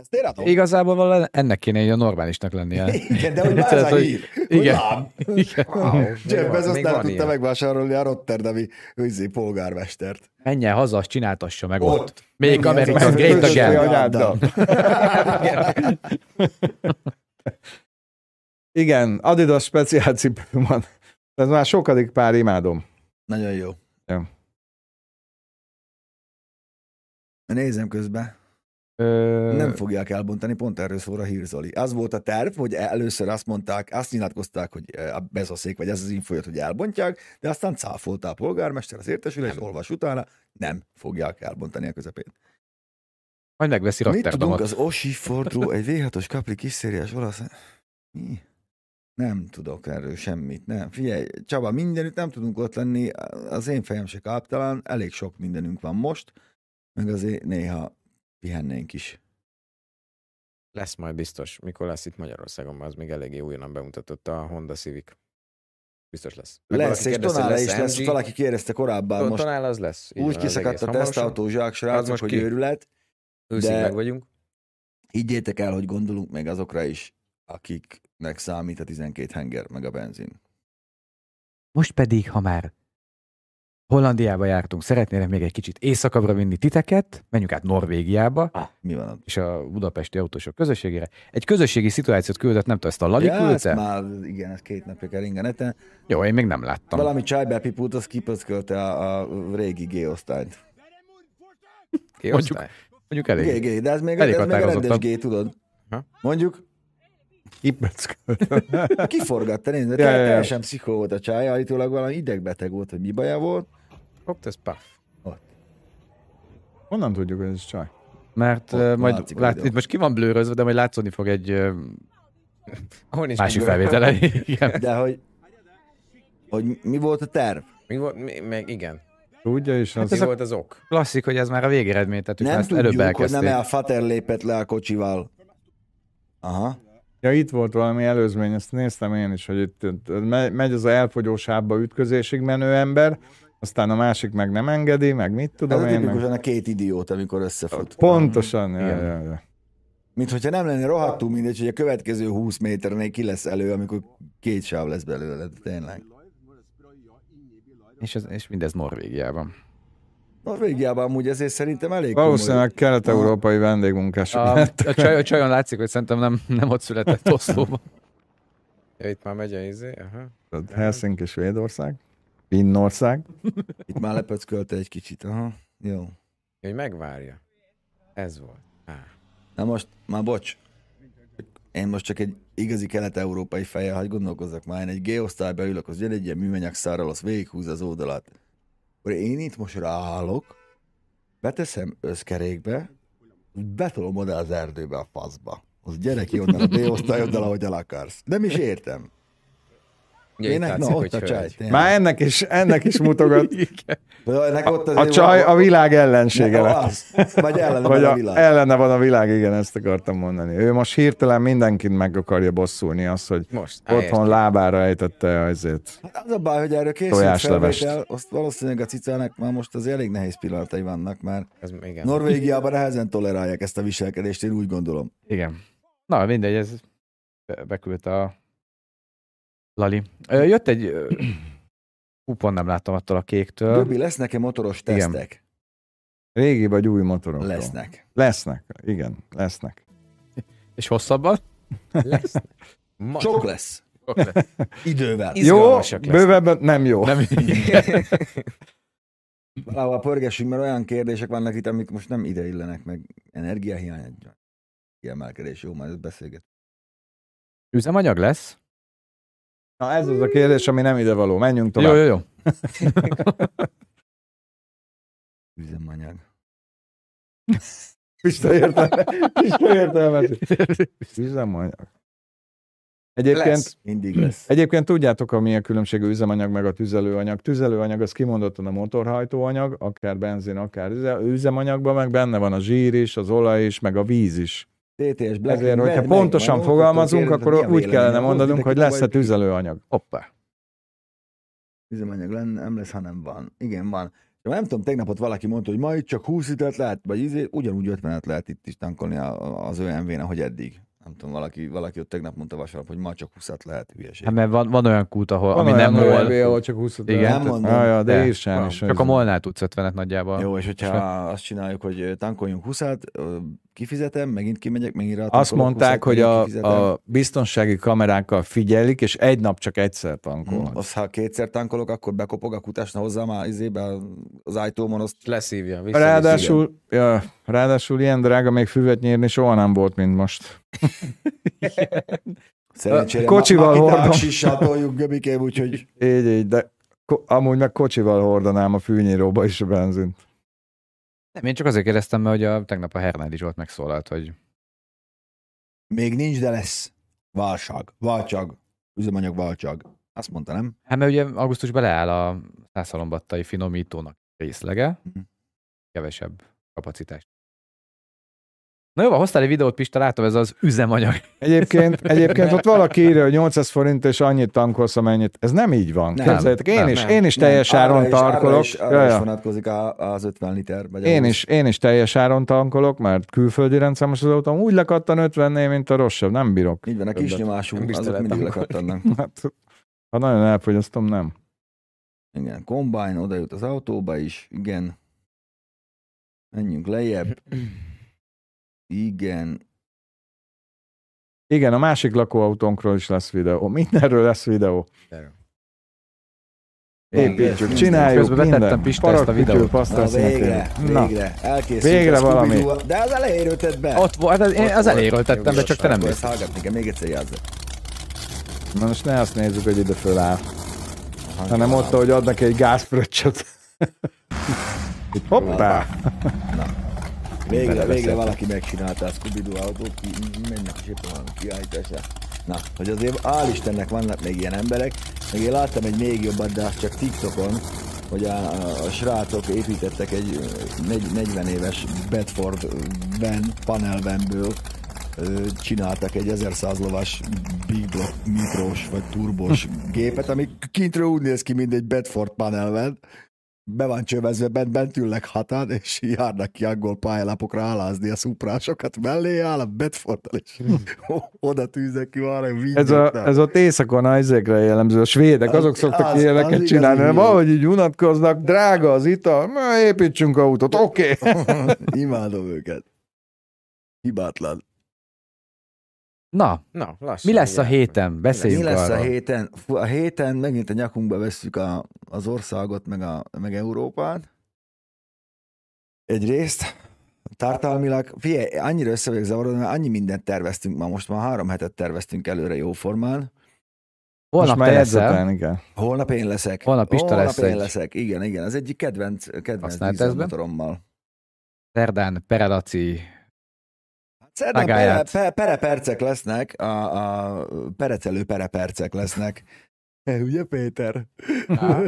Speaker 3: Ezt én adom.
Speaker 2: Igazából vala- ennek kéne így a normálisnak lennie.
Speaker 3: Igen, de hogy már ez
Speaker 2: Tehát,
Speaker 3: a
Speaker 2: hogy-
Speaker 3: hír.
Speaker 2: igen.
Speaker 3: Hogy lám.
Speaker 2: Igen.
Speaker 4: Wow, még
Speaker 3: Jeff
Speaker 4: van-
Speaker 3: Bezos
Speaker 4: még
Speaker 3: nem
Speaker 4: van
Speaker 3: tudta
Speaker 4: ilyen.
Speaker 3: megvásárolni a Rotterdami vízi polgármestert.
Speaker 2: Menjen haza, azt csináltassa meg ott.
Speaker 3: Ott.
Speaker 2: Make
Speaker 3: Menjen
Speaker 2: America
Speaker 3: haza,
Speaker 2: great
Speaker 3: közös
Speaker 2: again.
Speaker 3: olyan.
Speaker 1: Igen, Adidas speciál cipő van. Ez már sokadik pár imádom.
Speaker 3: Nagyon jó.
Speaker 1: Ja.
Speaker 3: Nézem közben.
Speaker 2: Ö,
Speaker 3: Nem fogják elbontani, pont erről szól a hír, Zoli. Az volt a terv, hogy először azt mondták, azt nyilatkozták, hogy eh, a bezoszék, vagy ez az infóját, hogy elbontják, de aztán cáfolta a polgármester az értesülés, olvas utána, nem fogják elbontani a közepén.
Speaker 2: Majd megveszi
Speaker 3: Mit tudunk
Speaker 2: Rotterdamot.
Speaker 3: az Osi Fordról, egy V6-os kapli kis szériás olasz? Mi? Nem tudok erről semmit, nem. Figyelj, Csaba, mindenütt nem tudunk ott lenni, az én fejem se káptalan, elég sok mindenünk van most, meg azért néha pihennénk is.
Speaker 4: Lesz majd biztos. Mikor lesz itt Magyarországon, az még eléggé újonnan bemutatott a Honda Civic. Biztos lesz. Meg
Speaker 3: Lesz,
Speaker 4: valaki
Speaker 3: és
Speaker 4: kérdezte, hogy
Speaker 3: Tonála is
Speaker 4: lesz-e
Speaker 3: lesz,
Speaker 4: MG?
Speaker 3: valaki kérdezte korábban,
Speaker 4: Ton-
Speaker 3: most
Speaker 4: Tonál az lesz. Így
Speaker 3: úgy
Speaker 4: van, az
Speaker 3: kiszakadt
Speaker 4: egész
Speaker 3: a
Speaker 4: hamarosan.
Speaker 3: tesztautó zsák,
Speaker 4: Az
Speaker 3: srácok,
Speaker 4: most
Speaker 3: hogy
Speaker 4: ki?
Speaker 3: őrület.
Speaker 4: Őszig
Speaker 3: de-
Speaker 4: meg vagyunk.
Speaker 3: Higgyétek el, hogy gondolunk még azokra is, akiknek számít a 12 henger, meg a benzin.
Speaker 2: Most pedig, ha már Hollandiába jártunk, szeretnének még egy kicsit éjszakabbra vinni titeket, menjünk át Norvégiába
Speaker 3: Mi van ott?
Speaker 2: és a budapesti autósok közösségére. Egy közösségi szituációt küldött, nem tudom, ezt a Lali
Speaker 3: Ja, ezt
Speaker 2: küldte?
Speaker 3: már, igen, ez két napja kering a neten.
Speaker 2: Jó, én még nem láttam.
Speaker 3: Valami Csajber Pipult, az kipöckölte a, a régi G-osztályt.
Speaker 4: Ki
Speaker 2: Mondjuk-
Speaker 4: osztály?
Speaker 2: Mondjuk elég.
Speaker 3: GG, de ez még,
Speaker 2: Elég
Speaker 3: ez még a rendes
Speaker 2: határozottan.
Speaker 3: G, tudod?
Speaker 4: Ha?
Speaker 3: Mondjuk,
Speaker 1: Kipöckölt.
Speaker 3: kiforgatta, nézd,
Speaker 1: Ja,
Speaker 3: ja,
Speaker 1: ja, ja.
Speaker 3: teljesen pszichó volt a csaj, állítólag valami idegbeteg volt, hogy mi baja volt.
Speaker 4: Ott ez puff.
Speaker 1: Honnan tudjuk, hogy ez csaj?
Speaker 2: Mert
Speaker 3: Ott
Speaker 2: ö, majd
Speaker 3: látszik a
Speaker 2: lát,
Speaker 3: videó.
Speaker 2: itt most ki van blőrözve, de majd látszódni fog egy ö,
Speaker 4: Ahol nincs
Speaker 2: másik
Speaker 4: kiből.
Speaker 2: felvétele. Igen.
Speaker 3: De hogy, hogy mi volt a terv?
Speaker 4: Mi volt, mi, meg igen.
Speaker 1: Tudja is,
Speaker 4: Hát
Speaker 1: az
Speaker 4: mi volt az ok?
Speaker 2: Klasszik, hogy ez már a végeredmény, tehát ők már
Speaker 3: nem
Speaker 2: ezt előbb
Speaker 3: tudjuk, hogy nem
Speaker 2: elkezdték.
Speaker 3: el Fater lépett le a kocsival. Aha.
Speaker 1: Ja, itt volt valami előzmény, ezt néztem én is, hogy itt itt me- megy az a elfogyós ábba ütközésig menő ember, aztán a másik meg nem engedi, meg mit
Speaker 3: Ez
Speaker 1: tudom
Speaker 3: a
Speaker 1: én. Meg...
Speaker 3: tipikusan a két idiót, amikor összefut.
Speaker 1: Pontosan, ja,
Speaker 2: Igen.
Speaker 1: ja, ja.
Speaker 3: Mint hogyha nem lenne rohadtul mindegy, hogy a következő 20 méternél ki lesz elő, amikor két sáv lesz belőle, de tényleg.
Speaker 2: És, ez, és mindez Norvégiában.
Speaker 3: Norvégiában amúgy ezért szerintem elég
Speaker 1: Valószínűleg kelet-európai vendégmunkások.
Speaker 2: A,
Speaker 1: Ah.
Speaker 2: a, csaj, a csajon látszik, hogy szerintem nem, nem ott született Oszlóban.
Speaker 4: Ja, itt már megy a izé. Aha.
Speaker 1: Helsinki, Svédország, Finnország.
Speaker 3: Itt már lepöckölte egy kicsit, aha. Jó.
Speaker 4: Hogy megvárja. Ez volt. Á,
Speaker 3: Na most, már bocs. Én most csak egy igazi kelet-európai fejjel, hogy gondolkozzak már, én egy G-osztályba ülök, az jön egy ilyen műanyag szárral, az végighúz az oldalat. Akkor én itt most ráállok, beteszem összkerékbe, úgy betolom oda az erdőbe a faszba. Az gyere ki onnan a B-osztályoddal, ahogy el akarsz. Nem is értem.
Speaker 4: ugye itt
Speaker 3: Ének,
Speaker 4: látszik,
Speaker 3: na, ott
Speaker 4: hogy
Speaker 3: a
Speaker 4: hölgy.
Speaker 3: csaj. tényleg.
Speaker 1: Már ennek is, ennek is mutogat.
Speaker 3: Például ennek ott
Speaker 1: A
Speaker 3: azért
Speaker 1: csaj
Speaker 3: van-
Speaker 1: a világ
Speaker 3: Ne,
Speaker 1: ellensége lett.
Speaker 3: az. Vagy ellen
Speaker 1: Vagy
Speaker 3: van a
Speaker 1: a,
Speaker 3: világ.
Speaker 1: ellene van a világ, igen, ezt akartam mondani. Ő most hirtelen mindenkit meg akarja bosszulni azt, hogy
Speaker 4: Most. Á,
Speaker 1: otthon lábára ejtette azért.
Speaker 3: Hát az a baj, hogy erről készült
Speaker 1: Tojáslevest.
Speaker 3: felvétel, azt valószínűleg a cicának már most az elég nehéz pillanatai vannak, mert
Speaker 4: Ez, igen.
Speaker 3: Norvégiában nehezen tolerálják ezt a viselkedést, én úgy gondolom.
Speaker 2: Igen. Na, mindegy, ez be- beküldte a Lali. Ö, Jött egy ö, kupon, nem láttam attól a kéktől.
Speaker 3: Göbi, lesz nekem motoros
Speaker 2: Igen.
Speaker 3: tesztek?
Speaker 1: Régi vagy új motorok.
Speaker 3: Lesznek.
Speaker 1: Lesznek, igen, lesznek.
Speaker 2: És hosszabban?
Speaker 4: Lesz. Ma,
Speaker 3: Sok lesz.
Speaker 2: Sok lesz.
Speaker 3: Idővel.
Speaker 4: Is-
Speaker 1: Jó,
Speaker 4: Izgalmasak lesznek.
Speaker 1: bővebben nem jó.
Speaker 2: Nem,
Speaker 3: Valahol pörgessünk, mert olyan kérdések vannak itt, amik most nem ide illenek, meg energiahiány, kiemelkedés, jó, majd ott beszélget.
Speaker 2: Üzemanyag lesz?
Speaker 1: Na ez az a kérdés, ami nem ide való. Menjünk tovább.
Speaker 2: Jó, jó, jó.
Speaker 3: Üzemanyag.
Speaker 1: Pista értelme. Pista értelme. Üzemanyag. Egyébként,
Speaker 4: Lesz.
Speaker 1: Hm.
Speaker 3: Mindig lesz.
Speaker 1: Egyébként tudjátok, ami a különbség a üzemanyag meg a tüzelőanyag. Tüzelőanyag az kimondottan a motorhajtóanyag, akár benzin, akár üze- üzemanyagban, meg benne van a zsír is, az olaj is, meg a víz is.
Speaker 3: TTS Black
Speaker 1: Ezért, hogyha pontosan fogalmazunk, akkor úgy kellene mondanunk, hogy lesz-e tüzelőanyag. Hoppá.
Speaker 3: Üzemanyag lenne, nem lesz, hanem van. Igen, van. Ja, Nem tudom, tegnap ott valaki mondta, hogy ma itt csak 20 litert lehet, vagy izé, ugyanúgy 50-et lehet itt is tankolni a- az ÖMV-n, ahogy eddig. Nem tudom, valaki, valaki ott tegnap mondta vasárnap, hogy ma csak 20 lehet, hülyeség.
Speaker 2: Hát mert van, van olyan kút, ahol,
Speaker 1: Van
Speaker 2: ami nem
Speaker 1: olyan
Speaker 2: mol.
Speaker 1: OLB, ahol csak 20
Speaker 2: Igen,
Speaker 3: nem mondom.
Speaker 1: Ah, ja, de
Speaker 2: De.
Speaker 1: írsán
Speaker 4: Van.
Speaker 1: is.
Speaker 2: Csak a molnál tudsz 50-et nagyjából.
Speaker 3: Jó, és hogyha azt csináljuk, hogy ö, tankoljunk 20 kifizetem, megint kimegyek, megint rá
Speaker 1: Azt
Speaker 3: tankolok
Speaker 1: mondták,
Speaker 3: 20-at,
Speaker 1: hogy
Speaker 3: megint
Speaker 1: a,
Speaker 3: kifizetem.
Speaker 1: a biztonsági kamerákkal figyelik, és egy nap csak egyszer tankolnak.
Speaker 3: Azt, Hm, ha kétszer tankolok, akkor bekopog a kutásna hozzá már izébe az ajtómon, azt
Speaker 4: Leszívja, vissza,
Speaker 1: Ráadásul, ja, ráadásul ilyen drága még füvet nyírni soha nem volt, mint most.
Speaker 3: szerencsére
Speaker 1: kocsival hordom.
Speaker 3: sisatoljuk göbikém, úgyhogy
Speaker 1: Így, így, de ko- amúgy meg kocsival hordanám a fűnyíróba is a benzint.
Speaker 2: Nem, én csak azért kérdeztem, mert hogy a, tegnap a Hernádi Zsolt megszólalt, hogy
Speaker 3: még nincs, de lesz. Válság, válság, üzemanyag válság. Azt mondta, nem?
Speaker 2: hát mert ugye augusztusban leáll a százszalombattai finomítónak részlege,
Speaker 3: Mhm.
Speaker 2: kevesebb kapacitást. Na jó, van, hoztál egy videót, Pista, látom, ez az üzemanyag.
Speaker 1: Egyébként, egyébként ott valaki írja, hogy 800 forint és annyit tankolsz, amennyit. Ez nem így van.
Speaker 3: Nem,
Speaker 1: Képzeljétek, én,
Speaker 2: nem,
Speaker 1: is,
Speaker 4: nem.
Speaker 1: én is teljes
Speaker 3: Nem, arra
Speaker 1: áron
Speaker 3: is- arra
Speaker 1: tarkolok.
Speaker 3: is-
Speaker 1: Ja,
Speaker 3: Arra is
Speaker 1: ja.
Speaker 3: vonatkozik á- az 50 liter. Vagy a
Speaker 1: Én
Speaker 3: 20.
Speaker 1: is, én is teljes áron tankolok, mert külföldi rendszámos az autóm. Úgy lekattan 50-nél, mint a rosszabb. Nem bírok.
Speaker 3: Így van, a kis
Speaker 1: Többet.
Speaker 3: nyomású,
Speaker 4: Nem is
Speaker 3: azok
Speaker 4: tele
Speaker 3: mindig
Speaker 4: tankolni.
Speaker 3: lekattannak.
Speaker 1: Hát, ha nagyon elfogyasztom, nem.
Speaker 3: Igen, kombájn oda jut az autóba is, igen. Menjünk lejjebb. Igen.
Speaker 1: Igen, a másik lakóautónkról is lesz videó. Mindenről lesz videó.
Speaker 4: Mindenről.
Speaker 1: Építjük,
Speaker 3: Van,
Speaker 1: csináljuk,
Speaker 2: Közben betettem
Speaker 1: minden.
Speaker 2: Pista ezt a
Speaker 1: Parakütő,
Speaker 2: videót.
Speaker 1: pasztal
Speaker 3: Na végre,
Speaker 1: színetérő. Na,
Speaker 3: végre, elkészült.
Speaker 1: Végre
Speaker 3: a
Speaker 1: valami.
Speaker 3: Scooby-Doo. De az elejéről tett be.
Speaker 2: Ott volt, az, én
Speaker 3: Ott
Speaker 2: az
Speaker 3: volt.
Speaker 2: eléről
Speaker 3: Jó,
Speaker 2: tettem be,
Speaker 3: biztos,
Speaker 2: csak te nem
Speaker 3: akkor
Speaker 2: nézted.
Speaker 3: ezt hallgatni kell, még egyszer jelzett.
Speaker 1: na most ne azt nézzük, hogy ide föláll, hanem ott, hogy adnak egy gázfröccsöt. Itt hoppá!
Speaker 3: Végre, végre
Speaker 1: belebeszéltem.
Speaker 3: valaki megcsinálta a Scooby-Doo autót, ki, mennek is éppen valami kiállításra. Na, hogy azértál' Istennek vannak még ilyen emberek, meg én láttam egy még jobbat, de az csak TikTokon, hogy a, a, a srácok építettek egy ö, negy- 40 éves Bedford van, panel vanből, ö, csináltak egy 1100 lovas big block mikrós vagy turbos gépet, ami kintről úgy néz ki, mint egy Bedford panel van, be van csövezve, bent, bent ülnek hatan, és járnak ki angol pályalapokra alázni a szuprásokat, mellé áll a Bedforddal, és oda tűznek ki arra, hogy
Speaker 1: Ez, a, ez ott éjszakon a izékre jellemző, a svédek,
Speaker 3: Az-
Speaker 1: azok szoktak
Speaker 3: az- az
Speaker 1: ilyeneket
Speaker 3: igazi
Speaker 1: csinálni, mert
Speaker 3: hülyék.
Speaker 1: valahogy így unatkoznak, drága az ital, na, építsünk autót, oké.
Speaker 3: Imádom őket. Hibátlan.
Speaker 2: Na,
Speaker 4: Na, lassan.
Speaker 2: mi lesz a
Speaker 4: igen.
Speaker 2: héten? Beszéljünk
Speaker 3: Mi lesz
Speaker 2: arról.
Speaker 3: a héten? Fú, A héten megint a nyakunkba vesszük a, az országot, meg, a, meg Európát. Egyrészt, tartalmilag, figyelj, annyira össze vagyok zavarodva, mert annyi mindent terveztünk ma, most már három hetet terveztünk előre jóformán.
Speaker 1: Most
Speaker 2: Holnap
Speaker 1: már
Speaker 2: te leszel.
Speaker 1: jegyzetelni kell.
Speaker 3: Holnap én leszek.
Speaker 2: Holnap Pista
Speaker 3: Holnap
Speaker 2: lesz
Speaker 3: én
Speaker 2: egy.
Speaker 3: leszek. Igen, igen. Az egyik kedvenc, kedvenc
Speaker 2: Használt ezben?
Speaker 3: dízelmotorommal.
Speaker 2: Szerdán Perelaci
Speaker 3: Szerdán pere,
Speaker 2: Tagáját.
Speaker 3: pe, perepercek lesznek, a, a perecelő perepercek lesznek. E, Ugye Péter?
Speaker 4: Á.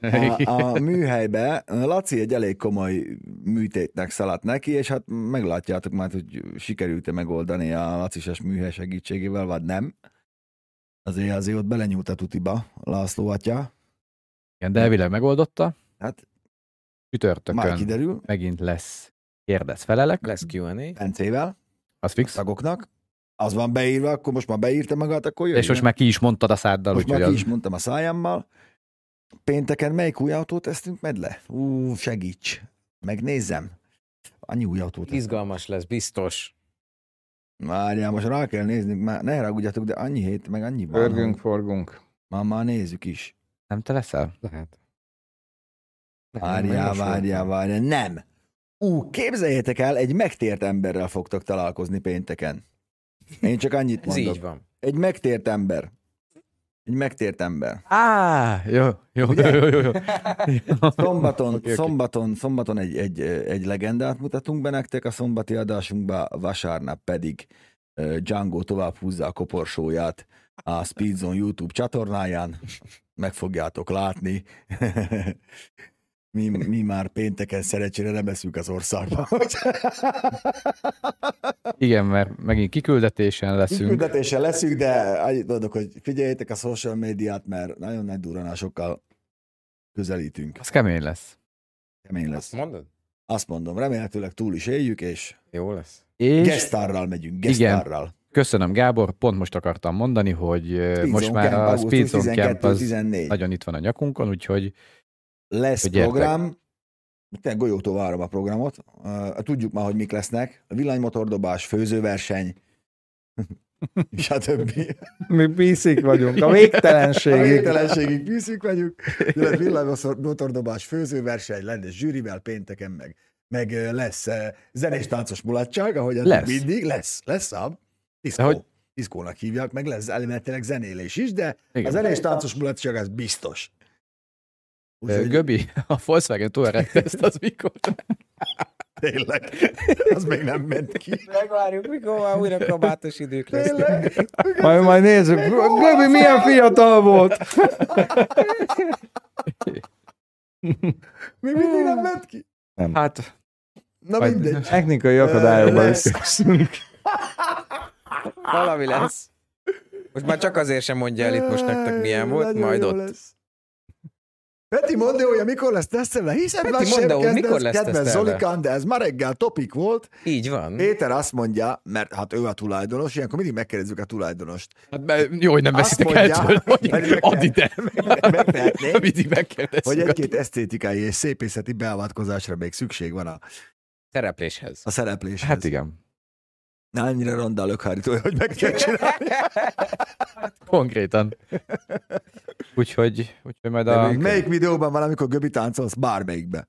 Speaker 4: Megkapta.
Speaker 3: A, a műhelybe Laci egy elég komoly műtétnek szaladt neki, és hát meglátjátok már, hogy sikerült-e megoldani a lacises műhely segítségével, vagy nem. Azért azért ott belenyúlt a tutiba László atya.
Speaker 2: Igen, de elvileg megoldotta.
Speaker 3: Hát már
Speaker 2: Csütörtökön
Speaker 3: kiderül,
Speaker 2: megint lesz kérdez felelek,
Speaker 4: Lesz Q&A.
Speaker 3: Pencével,
Speaker 2: az fix.
Speaker 3: tagoknak. Az van beírva, akkor most már beírta magát, akkor jöjjön.
Speaker 2: És most már ki is mondtad a száddal,
Speaker 3: Most már
Speaker 2: úgyhogy
Speaker 3: ki
Speaker 2: az...
Speaker 3: is mondtam a szájammal. Pénteken melyik új autót tesztünk med le? Ú, segíts. Megnézzem. Annyi új autót. tesztünk.
Speaker 4: Izgalmas lesz, biztos.
Speaker 3: Várjál, most rá kell néznünk, már ne haragudjatok, de annyi hét, meg annyi van.
Speaker 1: Örgünk, forgunk.
Speaker 3: Már, már nézzük is.
Speaker 2: Nem te leszel?
Speaker 4: Lehet.
Speaker 3: Várjál, várjál, várjál. Nem! Ú, képzeljétek el, egy megtért emberrel fogtok találkozni pénteken. Én csak annyit
Speaker 4: Ez
Speaker 3: mondok.
Speaker 4: így van.
Speaker 3: Egy megtért ember. Egy megtért ember.
Speaker 2: Á, jó, jó, jó, jó, jó, jó.
Speaker 3: Szombaton,
Speaker 2: Oké, oké.
Speaker 3: szombaton, szombaton egy, egy, egy legendát mutatunk be nektek, a szombati adásunkba vasárnap pedig ö, Django tovább húzza a koporsóját a Speedzone YouTube csatornáján. Meg fogjátok látni. Mi, mi már pénteken szerencsére nem eszünk az országba.
Speaker 2: Igen, mert megint kiküldetésen leszünk.
Speaker 3: Küldetésen leszünk, de annyit mondok, hogy figyeljétek a social médiát, mert nagyon nagy durranásokkal közelítünk.
Speaker 2: Az kemény lesz.
Speaker 3: Kemény lesz.
Speaker 4: Azt mondod?
Speaker 3: Azt mondom, remélhetőleg túl is éljük, és
Speaker 4: Jó lesz.
Speaker 2: És
Speaker 3: gesztárral megyünk, gesztárral.
Speaker 2: köszönöm, Gábor, pont most akartam mondani, hogy Speedzone most már
Speaker 3: Speedzone
Speaker 2: a
Speaker 3: Camp, augusztus
Speaker 2: Speedzone
Speaker 3: 12-14.
Speaker 2: Camp az nagyon itt van a nyakunkon, úgyhogy
Speaker 3: Lesz
Speaker 2: hogy gyertek.
Speaker 3: program, tényleg golyótól várom a programot, Ö, tudjuk már, hogy mik lesznek, a villanymotordobás, főzőverseny, stb.
Speaker 1: Mi bízik vagyunk, a végtelenségig.
Speaker 3: Végtelenségig bűszik vagyunk, jön villanymotordobás, főzőverseny, lendes zsűrivel pénteken meg, meg ö, lesz ö, zenés táncos mulatság, ahogy eddig
Speaker 2: Lesz.
Speaker 3: mindig, lesz, lesz ám. Diszkó.
Speaker 2: De hogy-
Speaker 3: Diszkónak hívják, meg lesz elméletileg zenélés is, de
Speaker 2: igen.
Speaker 3: A zenés táncos mulatság, ez biztos.
Speaker 2: Ö,
Speaker 3: Úgyhogy
Speaker 2: Göbi, a Volkswagen Touareg teszt az mikor?
Speaker 3: tényleg, az még nem ment ki.
Speaker 4: Megvárjuk, mikor már újra kabátos idők lesznek.
Speaker 3: Tényleg?
Speaker 1: Majd, majd nézzük. Göbi milyen fiatal volt.
Speaker 3: Még mindig nem ment ki.
Speaker 2: Hát,
Speaker 3: Na
Speaker 2: Vagy-
Speaker 3: mindegy.
Speaker 1: Technikai akadályokba
Speaker 3: Lesz.
Speaker 1: ütköztünk.
Speaker 4: Valami lesz. Most már csak azért sem mondja el itt most nektek milyen volt,
Speaker 3: Nagyon
Speaker 4: majd
Speaker 3: jó
Speaker 4: ott.
Speaker 3: Lesz. Peti mondja, hogy mikor lesz tesztelve, hiszen
Speaker 4: Peti,
Speaker 3: lassan
Speaker 4: mondd, hogy
Speaker 3: kezdesz,
Speaker 4: mikor lesz
Speaker 3: kedves
Speaker 4: tesztelve? Hm.
Speaker 3: Zolikán, de ez ma reggel topik volt.
Speaker 4: Így van.
Speaker 3: Péter azt mondja, mert hát ő a tulajdonos, ilyenkor mindig megkérdezzük a tulajdonost.
Speaker 2: hát be- jó, hogy nem
Speaker 3: Azt
Speaker 2: veszitek el
Speaker 3: mondja,
Speaker 2: tőle,
Speaker 3: hogy
Speaker 2: hogy
Speaker 3: meg-
Speaker 2: add ide.
Speaker 3: megtehetnénk.
Speaker 2: Mindig
Speaker 3: Hogy
Speaker 2: megkérdezzük.
Speaker 3: egy-két esztétikai és szépészeti beavatkozásra még szükség van a,
Speaker 4: Szerepléshez.
Speaker 3: a szerepléshez.
Speaker 2: Hát igen,
Speaker 3: Na, annyira ronda a lökhárítója, hogy meg kell csinálni.
Speaker 2: konkrétan. Úgyhogy, úgyhogy majd
Speaker 3: De
Speaker 2: a...
Speaker 3: még melyik videóban valamikor Göbi táncolsz bármelyikbe?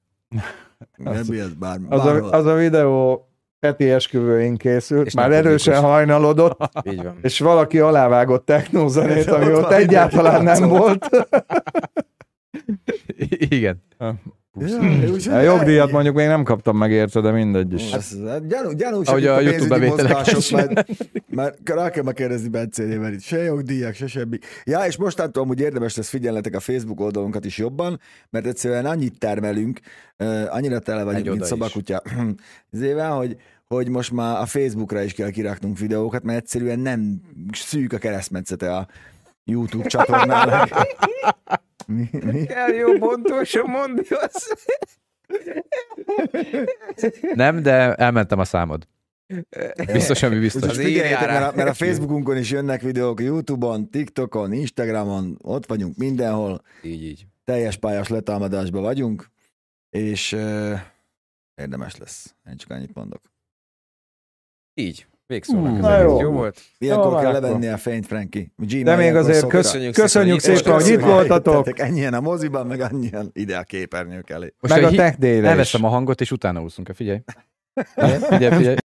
Speaker 3: Nem
Speaker 1: Az-
Speaker 3: mi az bár,
Speaker 1: Az a, az a videó Peti esküvőin készült,
Speaker 4: És
Speaker 1: már
Speaker 4: nem
Speaker 1: erősen
Speaker 4: publikus.
Speaker 1: hajnalodott,
Speaker 4: Így van.
Speaker 1: és valaki alávágott technózenét, ami
Speaker 3: Ott
Speaker 1: ott
Speaker 3: van
Speaker 1: egyáltalán
Speaker 3: mindenki
Speaker 1: nem volt.
Speaker 2: Igen.
Speaker 1: A jogdíjat mondjuk még nem kaptam meg érte, de mindegy is.
Speaker 3: Hát, gyanú, gyanús,
Speaker 2: Hm. Ahogy
Speaker 3: itt
Speaker 2: a YouTube
Speaker 3: pénzügyi
Speaker 2: bevételek
Speaker 3: mozgások,
Speaker 2: is.
Speaker 3: mert, mert rá kell ma kérdezni Bencénél, mert itt se jogdíjak, se semmi. Ja, és mostantól amúgy érdemes lesz figyelnetek a Facebook oldalunkat is jobban, mert egyszerűen annyit termelünk, ö, annyira tele vagyunk,
Speaker 2: Egy
Speaker 3: mint
Speaker 2: oda
Speaker 3: szobakutya. Zével, hogy, hogy most már a Facebookra is kell kiraknunk videókat, mert egyszerűen nem szűk a keresztmetszete a YouTube csatornának. mi, mi?
Speaker 4: Kell jó bontósan mondni azt.
Speaker 2: Nem, de elmentem a számod. Biztos, ami biztos.
Speaker 4: Az
Speaker 3: Úgyhogy figyeljetek,
Speaker 4: írjál rá.
Speaker 3: mert, a, mert a Facebookunkon is jönnek videók, Youtube-on, TikTokon, Instagramon, ott vagyunk mindenhol,
Speaker 4: Így, így.
Speaker 3: teljes pályás letámadásban vagyunk, és uh, érdemes lesz. Én csak annyit mondok.
Speaker 4: Így. Végszónak.
Speaker 1: Ú,
Speaker 4: ez
Speaker 1: na
Speaker 4: egész
Speaker 1: jó.
Speaker 4: Jó volt.
Speaker 3: Ilyenkor
Speaker 1: van
Speaker 3: kell
Speaker 1: akkor.
Speaker 3: levenni a fényt, Franki. Gmail
Speaker 1: De még
Speaker 3: ilyenkor
Speaker 1: azért
Speaker 3: szokta.
Speaker 1: kösz,
Speaker 4: Köszönjük
Speaker 1: köszönjük
Speaker 4: szépen,
Speaker 1: szépen, hogy itt
Speaker 3: Köszönjük,
Speaker 1: voltatok,
Speaker 3: eljöttetek. Ennyien a moziban, meg annyian ide a képernyők elé.
Speaker 2: Most
Speaker 1: meg a
Speaker 2: egy hi-
Speaker 1: Tech Day-re is.
Speaker 2: Elveszem a hangot, és utána úszunk, figyelj. Figyelj, figyelj.